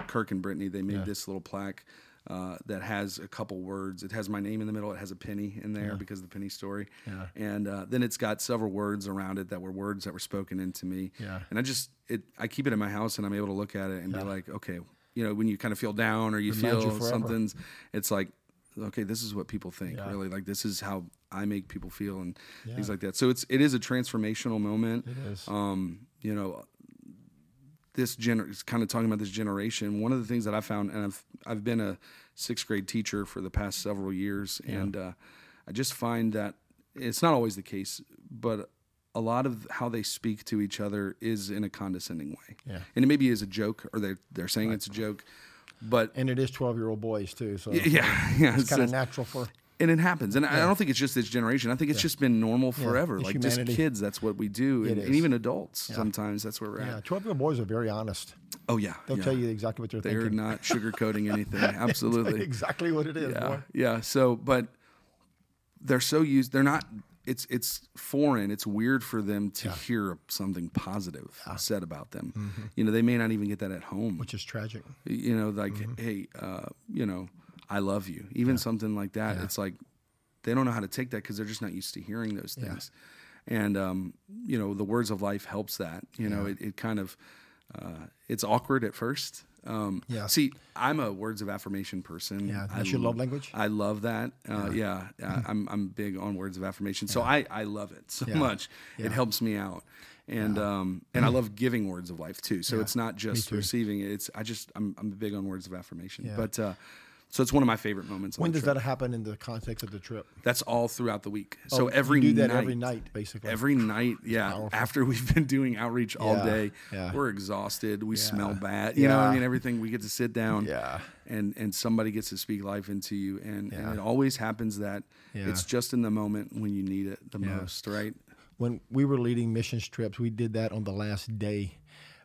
Speaker 2: Kirk and Brittany. They made this little plaque. Uh, that has a couple words. It has my name in the middle. It has a penny in there because of the penny story. And uh, then it's got several words around it that were words that were spoken into me.
Speaker 1: Yeah.
Speaker 2: And I just it I keep it in my house and I'm able to look at it and be like, okay, you know, when you kind of feel down or you
Speaker 1: Reminds you
Speaker 2: feel
Speaker 1: forever.
Speaker 2: something's it's like okay, this is what people think. Really like this is how I make people feel and things like that. So it's it is a transformational moment. It
Speaker 1: is.
Speaker 2: Um, you know, this gener it's kind of talking about this generation. One of the things that I found, and I've I've been a sixth grade teacher for the past several years, and uh, I just find that it's not always the case, but a lot of how they speak to each other is in a condescending way.
Speaker 1: Yeah.
Speaker 2: And it maybe is a joke, or they're they're saying it's a joke, but
Speaker 1: And it is 12 year old boys, too. So
Speaker 2: yeah, yeah,
Speaker 1: it's kind of
Speaker 2: it's-
Speaker 1: natural for.
Speaker 2: and it happens. And I I don't think it's just this generation. I think it's just been normal forever.
Speaker 1: It's
Speaker 2: like
Speaker 1: humanity.
Speaker 2: just kids, that's what we do, and, and
Speaker 1: is.
Speaker 2: even adults sometimes that's where we're at.
Speaker 1: Yeah, 12 year old boys are very honest.
Speaker 2: Oh yeah,
Speaker 1: They'll
Speaker 2: yeah.
Speaker 1: tell you exactly what they're
Speaker 2: They're
Speaker 1: thinking.
Speaker 2: not sugarcoating anything. Absolutely.
Speaker 1: exactly what it is, boy.
Speaker 2: Yeah. Yeah. So, but they're so used. They're not. It's it's foreign. It's weird for them to hear something positive said about them.
Speaker 1: Mm-hmm.
Speaker 2: You know, they may not even get that at home.
Speaker 1: Which is tragic.
Speaker 2: you know, like
Speaker 1: Mm-hmm.
Speaker 2: hey, uh, you know, I love you. Even something like that. It's like they don't know how to take that because they're just not used to hearing those things. And um, you know, the words of life helps that. You know, it, it kind of uh, it's awkward at first. Um,
Speaker 1: Yeah.
Speaker 2: See, I'm a words of affirmation person.
Speaker 1: Yeah,
Speaker 2: I
Speaker 1: that's your love
Speaker 2: lo-
Speaker 1: language?
Speaker 2: I love that. Uh, yeah, I, I'm I'm big on words of affirmation, so I I love it so much. It helps me out, and um and I love giving words of life too. So it's not just receiving it. It's I just I'm I'm big on words of affirmation. But uh, so it's one of my favorite moments. on
Speaker 1: When
Speaker 2: the
Speaker 1: does
Speaker 2: trip.
Speaker 1: that happen in the context of the trip?
Speaker 2: That's all throughout the week. So
Speaker 1: Oh, You
Speaker 2: every
Speaker 1: do that
Speaker 2: night,
Speaker 1: every night, basically.
Speaker 2: Every night, yeah. After we've been doing outreach all
Speaker 1: Yeah,
Speaker 2: day,
Speaker 1: yeah.
Speaker 2: we're exhausted. We smell bad. You know, what I
Speaker 1: Yeah.
Speaker 2: mean, everything. We get to sit down,
Speaker 1: Yeah.
Speaker 2: and and somebody gets to speak life into you, and, and it always happens that
Speaker 1: Yeah.
Speaker 2: it's just in the moment when you need it the most, right?
Speaker 1: when we were leading missions trips, we did that on the last day,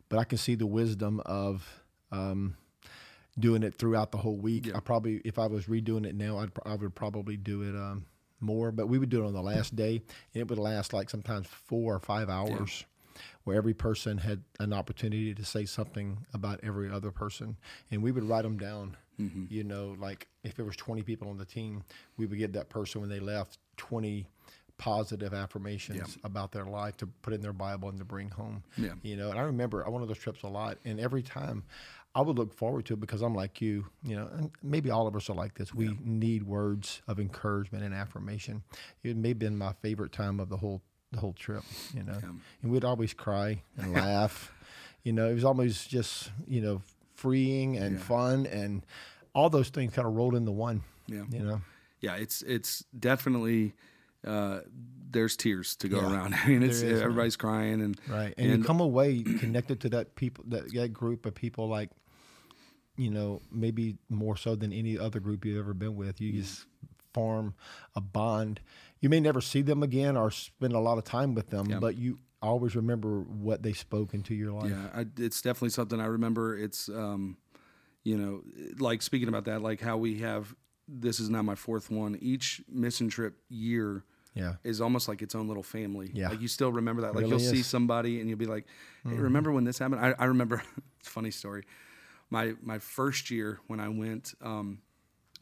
Speaker 1: but I can see the wisdom of um, doing it throughout the whole week. I probably, if I was redoing it now, I'd, pro- I would probably do it um, more, but we would do it on the last day, and it would last like sometimes four or five hours. Where every person had an opportunity to say something about every other person, and we would write them down. You know, like if there was twenty people on the team, we would give that person when they left twenty positive affirmations about their life to put in their Bible and to bring home.
Speaker 2: Yeah.
Speaker 1: You know, and I remember I went on those trips a lot, and every time I would look forward to it because I'm like you, you know, and maybe all of us are like this. We need words of encouragement and affirmation. It may have been my favorite time of the whole the whole trip, you know. And we'd always cry and laugh. You know, it was almost just, you know, freeing and fun and all those things kind of rolled into one.
Speaker 2: Yeah.
Speaker 1: You know.
Speaker 2: Yeah, it's it's definitely uh, there's tears to go around. I mean, it's everybody's crying and
Speaker 1: Right. And, you come away connected to that people that, that group of people like you know, maybe more so than any other group you've ever been with. You just form a bond. You may never see them again or spend a lot of time with them, but you always remember what they spoke into your life.
Speaker 2: Yeah, I, it's definitely something I remember. It's, um, you know, like speaking about that, like how we have this is now my fourth one. Each mission trip year
Speaker 1: Yeah.
Speaker 2: is almost like its own little family.
Speaker 1: Yeah.
Speaker 2: Like you still remember that. Like
Speaker 1: Really
Speaker 2: you'll see
Speaker 1: is. Mm-hmm.
Speaker 2: somebody and you'll be like, hey, remember when this happened? I, I remember, it's a funny story. My, my first year when I went, um,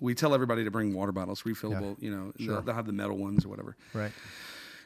Speaker 2: we tell everybody to bring water bottles, refillable, you know, they'll, they'll have the metal ones or whatever.
Speaker 1: Right.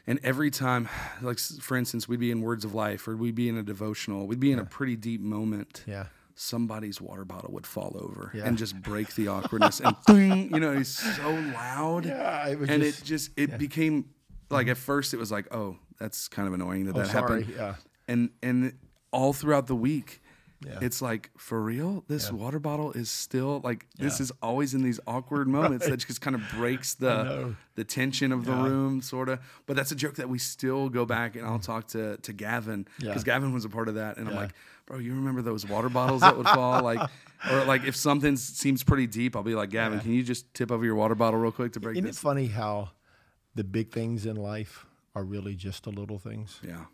Speaker 2: And every time, like s- for instance, we'd be in Words of Life or we'd be in a devotional, we'd be in a pretty deep moment.
Speaker 1: Yeah.
Speaker 2: Somebody's water bottle would fall over
Speaker 1: Yeah.
Speaker 2: and just break the awkwardness and thing, you know, it's so loud.
Speaker 1: Yeah, it was
Speaker 2: and
Speaker 1: just-
Speaker 2: it just it became like at first it was like, oh, that's kind of annoying that that
Speaker 1: Oh, sorry,
Speaker 2: happened.
Speaker 1: yeah.
Speaker 2: And and all throughout the week,
Speaker 1: Yeah.
Speaker 2: it's like for real, this water bottle is still like this is always in these awkward moments that just kind of breaks the
Speaker 1: know.
Speaker 2: the tension of the room, sort of. But that's a joke that we still go back
Speaker 1: Mm.
Speaker 2: and I'll talk to to Gavin because Gavin was a part of that, and I'm like, bro, you remember those water bottles that would fall, like, or like if something seems pretty deep, I'll be like, Gavin, can you just tip over your water bottle real quick to break
Speaker 1: Isn't it
Speaker 2: this?
Speaker 1: funny how the big things in life are really just the little things?
Speaker 2: Yeah,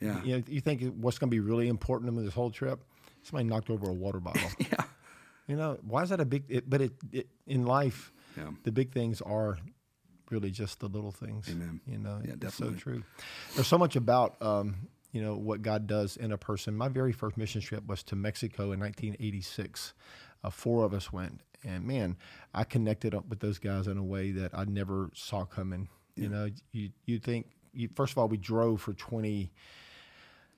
Speaker 2: yeah,
Speaker 1: You know, you think what's going to be really important in this whole trip? Somebody knocked over a water bottle.
Speaker 2: yeah,
Speaker 1: You know, why is that a big? It, but it, it in life,
Speaker 2: Yeah.
Speaker 1: the big things are really just the little things.
Speaker 2: Amen.
Speaker 1: You know,
Speaker 2: Yeah,
Speaker 1: it's
Speaker 2: definitely.
Speaker 1: so true. There's so much about um, you know what God does in a person. My very first mission trip was to Mexico in 1986. Uh, four of us went, and man, I connected up with those guys in a way that I never saw coming. You know, you you think you, first of all we drove for 20.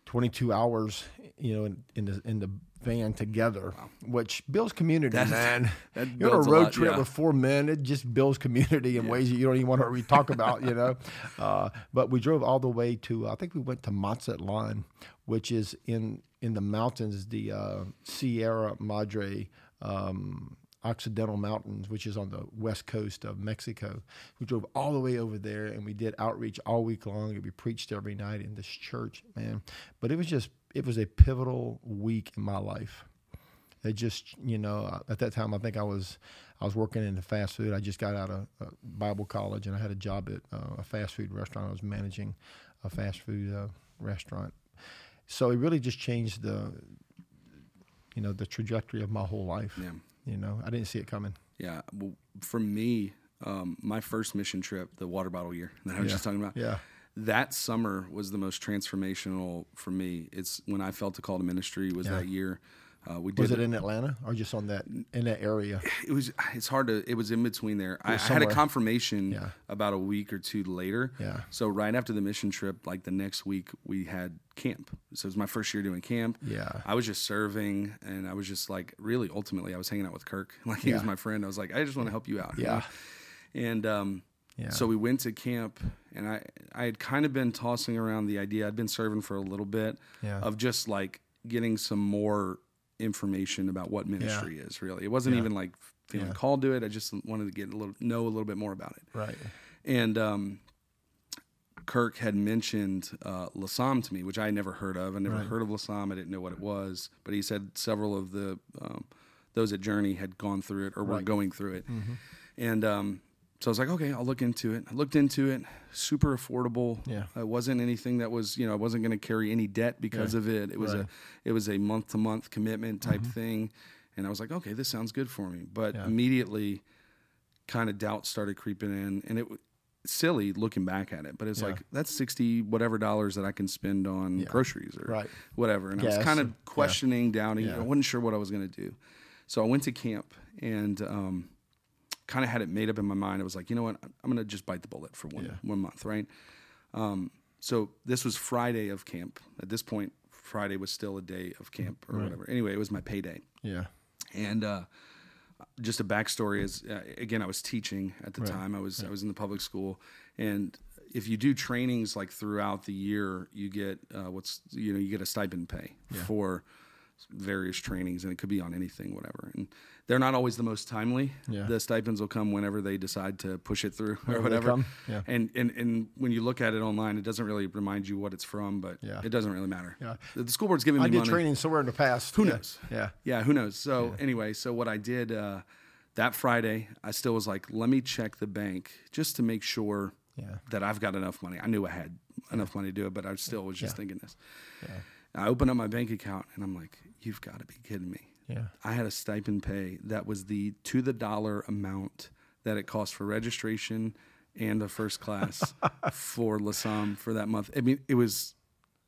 Speaker 1: 22 hours, you know, in, in the in the van together, which builds community, man.
Speaker 2: that
Speaker 1: You're on
Speaker 2: builds
Speaker 1: a
Speaker 2: a
Speaker 1: road
Speaker 2: lot,
Speaker 1: trip
Speaker 2: yeah.
Speaker 1: with four men; it just builds community in ways that you don't even want to really talk about, you know. Uh, but we drove all the way to, uh, I think we went to Mazatlan, which is in in the mountains, the uh, Sierra Madre. Um, Occidental Mountains, which is on the west coast of Mexico. We drove all the way over there and we did outreach all week long. And we preached every night in this church, man. But it was just, it was a pivotal week in my life. It just, you know, at that time, I think I was, I was working in the fast food. I just got out of uh, Bible college and I had a job at uh, a fast food restaurant. I was managing a fast food uh, restaurant. So it really just changed the, you know, the trajectory of my whole life.
Speaker 2: Yeah.
Speaker 1: You know, I didn't see it coming.
Speaker 2: Yeah. Well, for me, um, my first mission trip, the water bottle year that I was
Speaker 1: Yeah.
Speaker 2: just talking about.
Speaker 1: Yeah.
Speaker 2: That summer was the most transformational for me. It's when I felt the call to ministry was that year. Uh, we did
Speaker 1: Was it in Atlanta or just on that in that area?
Speaker 2: it was it's hard to it was in between there I, I had a
Speaker 1: somewhere.
Speaker 2: confirmation
Speaker 1: Yeah.
Speaker 2: about a week or two later
Speaker 1: Yeah.
Speaker 2: so right after the mission trip like the next week we had camp so it was my first year doing camp
Speaker 1: Yeah.
Speaker 2: i was just serving and i was just like really ultimately i was hanging out with kirk like he was
Speaker 1: Yeah.
Speaker 2: my friend i was like i just want to help you out you
Speaker 1: Yeah.
Speaker 2: know? and um
Speaker 1: Yeah.
Speaker 2: so we went to camp and i i had kind of been tossing around the idea i'd been serving for a little bit
Speaker 1: Yeah.
Speaker 2: of just like getting some more information about what ministry is really it wasn't even like feeling called to it i just wanted to get a little know a little bit more about it
Speaker 1: Right.
Speaker 2: and um kirk had mentioned uh lasam to me which i had never heard of i never heard of lasam i didn't know what it was but he said several of the um those at journey had gone through it or were going through it and um so I was like, okay, I'll look into it. I looked into it. Super affordable.
Speaker 1: Yeah.
Speaker 2: It wasn't anything that was, you know, I wasn't going to carry any debt because of it. It was a, it was a month to month commitment type thing, and I was like, okay, this sounds good for me. But immediately, kind of doubt started creeping in, and it w- silly looking back at it, but it's like that's sixty whatever dollars that I can spend on groceries or
Speaker 1: Right.
Speaker 2: whatever. And I was
Speaker 1: Gas
Speaker 2: kind
Speaker 1: and-
Speaker 2: of
Speaker 1: yeah.
Speaker 2: questioning, doubting. I wasn't sure what I was going to do, so I went to camp and. Um, kind of had it made up in my mind. I was like, you know what? I'm going to just bite the bullet for one, one month, right? Um, so this was Friday of camp. At this point, Friday was still a day of camp or whatever. Anyway, it was my payday.
Speaker 1: Yeah.
Speaker 2: And uh, just a backstory is, uh, again, I was teaching at the time. I was I was in the public school, and if you do trainings like throughout the year, you get uh, what's you know you get a stipend pay for various trainings, and it could be on anything, whatever. And they're not always the most timely.
Speaker 1: Yeah.
Speaker 2: The stipends will come whenever they decide to push it through or whatever.
Speaker 1: come, yeah.
Speaker 2: And and and when you look at it online, it doesn't really remind you what it's from, but
Speaker 1: Yeah.
Speaker 2: it doesn't really matter.
Speaker 1: Yeah.
Speaker 2: The, the school board's giving
Speaker 1: I
Speaker 2: me
Speaker 1: did
Speaker 2: money.
Speaker 1: training somewhere in the past.
Speaker 2: Who
Speaker 1: Yeah.
Speaker 2: knows?
Speaker 1: Yeah.
Speaker 2: Yeah, who knows? So anyway, so what I did uh, that Friday, I still was like, let me check the bank just to make sure
Speaker 1: Yeah.
Speaker 2: that I've got enough money. I knew I had enough money to do it, but I still was just thinking this. I opened up my bank account and I'm like, you've got to be kidding me.
Speaker 1: Yeah.
Speaker 2: I had a stipend pay that was the to the dollar amount that it cost for registration and the first class for Lassam for that month. I mean, it was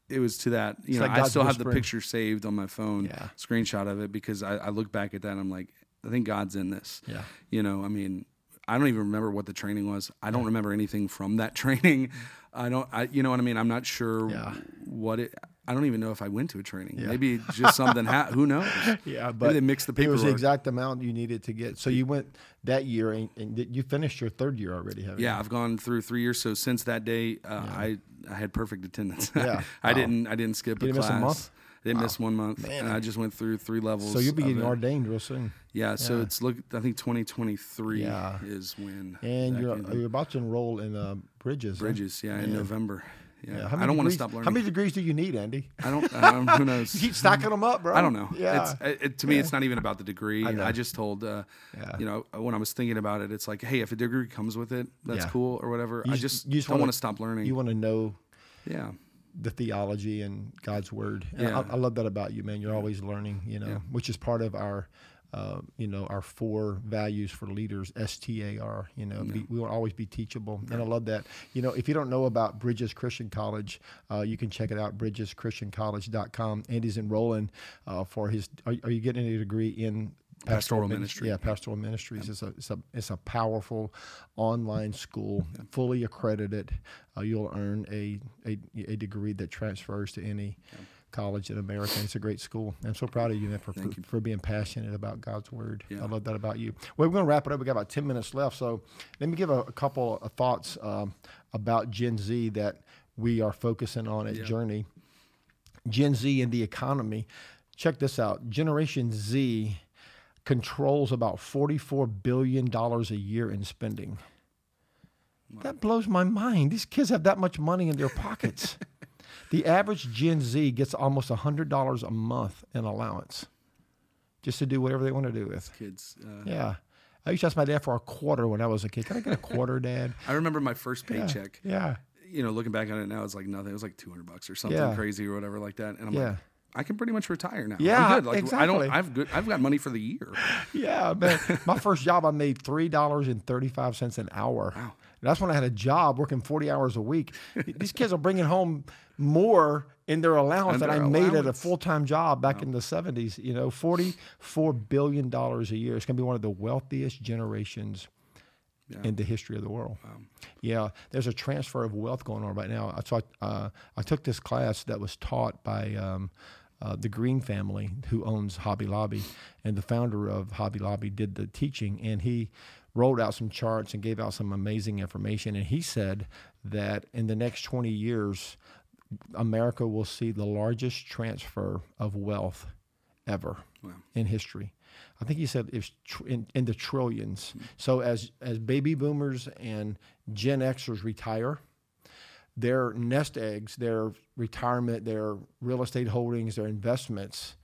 Speaker 2: it was to that. You know,
Speaker 1: like
Speaker 2: I
Speaker 1: God's
Speaker 2: still have the
Speaker 1: whispering.
Speaker 2: picture saved on my phone,
Speaker 1: Yeah.
Speaker 2: screenshot of it because I, I look back at that and I'm like, I think God's in this.
Speaker 1: Yeah.
Speaker 2: You know, I mean, I don't even remember what the training was. I don't remember anything from that training. I don't. I you know what I mean. I'm not sure
Speaker 1: Yeah.
Speaker 2: what it. I don't even know if I went to a training. Maybe just something. Ha- who knows?
Speaker 1: Yeah,
Speaker 2: Maybe
Speaker 1: but
Speaker 2: they mixed the
Speaker 1: It
Speaker 2: paperwork.
Speaker 1: was the exact amount you needed to get. So you went that year and, and did- you finished your third year already, haven't
Speaker 2: yeah, I've gone through three years. So since that day, uh, I I had perfect attendance.
Speaker 1: Yeah.
Speaker 2: I didn't I didn't skip a
Speaker 1: didn't miss
Speaker 2: class.
Speaker 1: a month?
Speaker 2: I didn't miss one month. and I just went through three levels.
Speaker 1: you? So you'll be
Speaker 2: of
Speaker 1: getting
Speaker 2: it.
Speaker 1: ordained real soon.
Speaker 2: Yeah, so it's look. I think 2023
Speaker 1: Yeah.
Speaker 2: is when
Speaker 1: And
Speaker 2: that
Speaker 1: you're,
Speaker 2: can-
Speaker 1: you're about to enroll in uh, Bridges. huh?
Speaker 2: bridges. Yeah, in November. Yeah,
Speaker 1: How many
Speaker 2: I don't want
Speaker 1: degrees-
Speaker 2: to stop learning.
Speaker 1: How many degrees do you need, Andy?
Speaker 2: I don't. I don't who knows?
Speaker 1: Keep stacking them up, bro.
Speaker 2: I don't know.
Speaker 1: Yeah.
Speaker 2: It's, it, it- to me, it's not even about the degree. I, just told, uh,
Speaker 1: Yeah.
Speaker 2: you know, when I was thinking about it, it's like, hey, if a degree comes with it, that's
Speaker 1: Yeah.
Speaker 2: cool or whatever. I
Speaker 1: just-
Speaker 2: just,
Speaker 1: you just
Speaker 2: don't
Speaker 1: wanna-
Speaker 2: want to stop learning.
Speaker 1: you want to know
Speaker 2: yeah.
Speaker 1: the theology and God's word. And
Speaker 2: Yeah.
Speaker 1: I, I love that about you, man. You're always learning, you know, which is part of our, uh, you know, our four values for leaders, S-T-A-R, you know, be, we will always be teachable. And I love that. You know, if you don't know about Bridges Christian College, uh, you can check it out, bridgeschristiancollege.com. Andy's enrolling uh, for his, are, are you getting a degree in
Speaker 2: Pastoral
Speaker 1: minis-
Speaker 2: ministry.
Speaker 1: Yeah, Pastoral Ministries is a, it's a it's a powerful online school,
Speaker 2: Mm-hmm.
Speaker 1: fully accredited. Uh, you'll earn a, a a degree that transfers to any college in America. It's a great school. I'm so proud of you, man, for for, for being passionate about God's word. I love that about you. Well, we're going to wrap it up. We got about ten minutes left, so let me give a, a couple of thoughts um, about Gen Z that we are focusing on at Journey. Gen Z and the economy. Check this out. Generation Z controls about $44 billion a year in spending. That blows my mind. These kids have that much money in their pockets. the average Gen Z gets almost $100 a month in allowance just to do whatever they want to do with.
Speaker 2: Kids. Uh,
Speaker 1: Yeah. I used to ask my dad for a quarter when I was a kid. Can I get a quarter, dad?
Speaker 2: I remember my first paycheck.
Speaker 1: Yeah.
Speaker 2: You know, looking back on it now, it's like nothing. It was like 200 bucks or something
Speaker 1: Yeah.
Speaker 2: crazy or whatever like that. And I'm
Speaker 1: Yeah.
Speaker 2: like, I can pretty much retire now.
Speaker 1: Yeah,
Speaker 2: I'm good. Like, I
Speaker 1: exactly.
Speaker 2: don't. I've good. I've got money for the year.
Speaker 1: Yeah, man. My first job, I made three dollars and thirty-five cents an hour. Wow. That's when I had a job working forty hours a week. These kids are bringing home more in their allowance
Speaker 2: And
Speaker 1: that I
Speaker 2: their
Speaker 1: made at a
Speaker 2: allowance.
Speaker 1: full-time job back in the seventies. You know, forty-four billion dollars a year. It's going to be one of the wealthiest generations in the history of the world. Yeah, there's a transfer of wealth going on right now. I- So I, uh, I took this class that was taught by um, uh, the Green family, who owns Hobby Lobby, and the founder of Hobby Lobby did the teaching, and he rolled out some charts and gave out some amazing information. And he said that in the next 20 years, America will see the largest transfer of wealth ever in history. I think he said it's tr- in, in the 1000000000000s So as as baby boomers and Gen Xers retire, their nest eggs, their retirement, their real estate holdings, their investments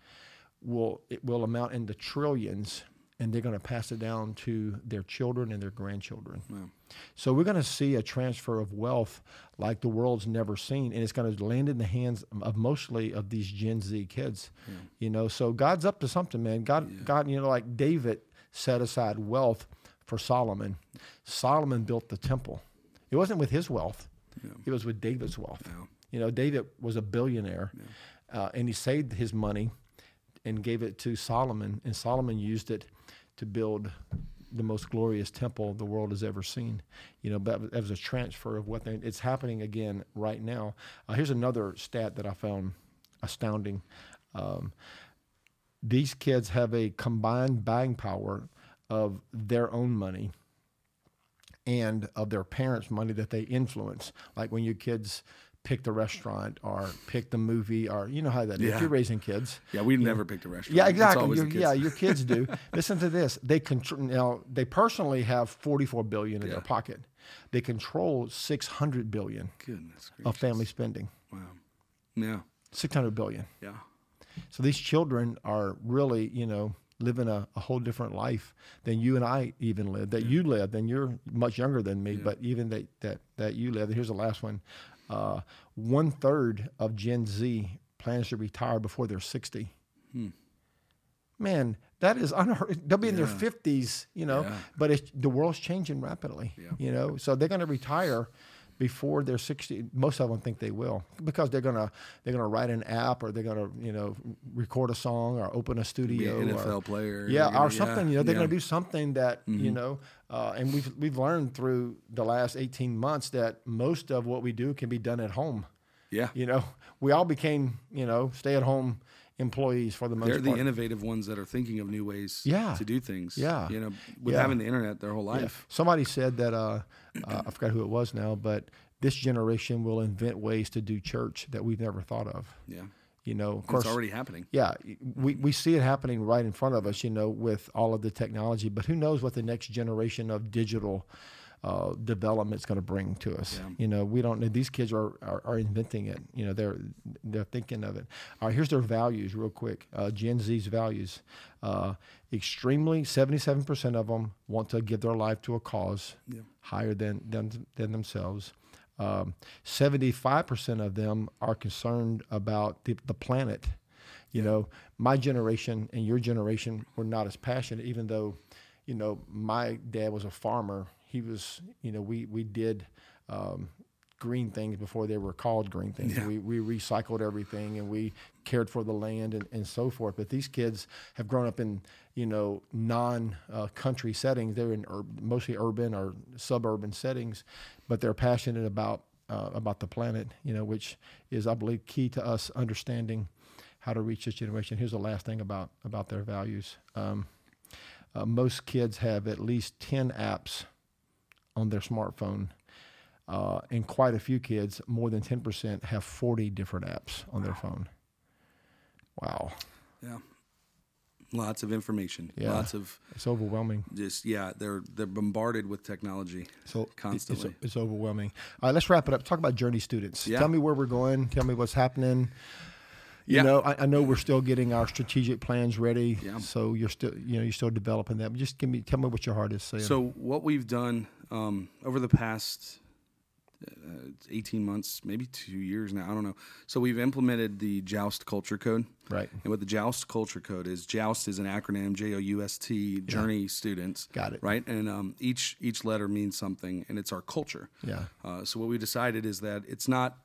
Speaker 1: will it will amount in the trillions, and they're going to pass it down to their children and their grandchildren. So we're going to see a transfer of wealth like the world's never seen, and it's going to land in the hands of mostly of these Gen Z kids. You know, so God's up to something, man. God, God, you know, like David set aside wealth for Solomon. Solomon built the temple. It wasn't with his wealth; it was with David's wealth. You know, David was a billionaire, uh, and he saved his money and gave it to Solomon, and Solomon used it to build the most glorious temple the world has ever seen. You know, but that was a transfer of what they, it's happening again right now. Uh, here's another stat that I found astounding. Um, these kids have a combined buying power of their own money and of their parents' money that they influence. Like when your kids pick the restaurant or pick the movie or you know how that is.
Speaker 2: Yeah.
Speaker 1: You're raising kids.
Speaker 2: Yeah, we never picked a restaurant.
Speaker 1: Yeah,
Speaker 2: It's
Speaker 1: exactly.
Speaker 2: always the
Speaker 1: Your,
Speaker 2: kids.
Speaker 1: yeah, your kids do. Listen to this. They control now. They personally have forty-four billion in
Speaker 2: Yeah.
Speaker 1: their pocket. They control six hundred billion
Speaker 2: Goodness
Speaker 1: of
Speaker 2: gracious.
Speaker 1: family spending.
Speaker 2: Wow. Yeah.
Speaker 1: Six hundred billion.
Speaker 2: Yeah.
Speaker 1: So these children are really, you know, living a, a whole different life than you and I even lived. That you lived, and you're much younger than me, but even that that that you lived. Here's the last one. Uh, one third of Gen Z plans to retire before they're sixty. Man, that is unheard. They'll be in their fifties, you know.
Speaker 2: Yeah.
Speaker 1: But it's, the world's changing rapidly, you know. So they're going to retire before they're 60 most of them think they will because they're going to they're going to write an app or they're going to you know record a song or open a
Speaker 2: Be
Speaker 1: studio
Speaker 2: an
Speaker 1: or,
Speaker 2: NFL player.
Speaker 1: uh, yeah
Speaker 2: you know,
Speaker 1: or something you know they're
Speaker 2: yeah. Mm-hmm.
Speaker 1: going to do something that you know uh, and we've we've learned through the last 18 months that most of what we do can be done at home
Speaker 2: Yeah.
Speaker 1: you know we all became you know stay at home employees for the most
Speaker 2: They're
Speaker 1: part
Speaker 2: the innovative ones that are thinking of new ways
Speaker 1: Yeah.
Speaker 2: to do things.
Speaker 1: Yeah.
Speaker 2: You know, with
Speaker 1: Yeah.
Speaker 2: having the internet their whole
Speaker 1: Yeah.
Speaker 2: life.
Speaker 1: Somebody said that uh, uh, I forgot who it was now, but this generation will invent ways to do church that we've never thought of.
Speaker 2: Yeah.
Speaker 1: You know, of
Speaker 2: It's
Speaker 1: course,
Speaker 2: already happening.
Speaker 1: yeah, we, we see it happening right in front of us, you know, with all of the technology. But who knows what the next generation of digital uh, development's going to bring to us? You know, we don't know. These kids are, are, are inventing it. You know, they're they're thinking of it. All right, here's their values, real quick. Uh, Gen Z's values. Uh, extremely, seventy-seven percent of them want to give their life to a cause higher than than, than themselves. Um, 75% of them are concerned about the, the planet. You know, my generation and your generation were not as passionate, even though, you know, my dad was a farmer. He was, you know, we, we did um, green things before they were called green things. We, we recycled everything and we cared for the land and, and so forth. But these kids have grown up in, you know, non uh, country settings. They're in ur- mostly urban or suburban settings, but they're passionate about. Uh, about the planet, you know, which is, I believe, key to us understanding how to reach this generation. Here's the last thing about about their values. Um, uh, most kids have at least ten apps on their smartphone, uh, and quite a few kids, more than ten percent, have forty different apps on their phone. Wow.
Speaker 2: Yeah. Lots of information.
Speaker 1: Yeah.
Speaker 2: Lots of
Speaker 1: It's overwhelming.
Speaker 2: just yeah. They're they're bombarded with technology.
Speaker 1: So it's-
Speaker 2: constantly.
Speaker 1: it's, overwhelming. All right, let's wrap it up. Talk about Journey students.
Speaker 2: Yeah.
Speaker 1: Tell me where we're going. Tell me what's happening. You
Speaker 2: Yeah.
Speaker 1: know, I, I know we're still getting our strategic plans ready.
Speaker 2: Yeah.
Speaker 1: So you're still, you know, you're still developing that. But just give me, tell me what your heart is saying.
Speaker 2: So what we've done um, over the past uh, eighteen months, maybe two years now, I don't know. So we've implemented the Joust Culture Code,
Speaker 1: Right.
Speaker 2: And what the Joust Culture Code is, Joust is an acronym, J O U S T, Journey Students,
Speaker 1: Got it.
Speaker 2: right? And um, each each letter means something, and it's our culture.
Speaker 1: yeah.
Speaker 2: Uh, so what we decided is that it's not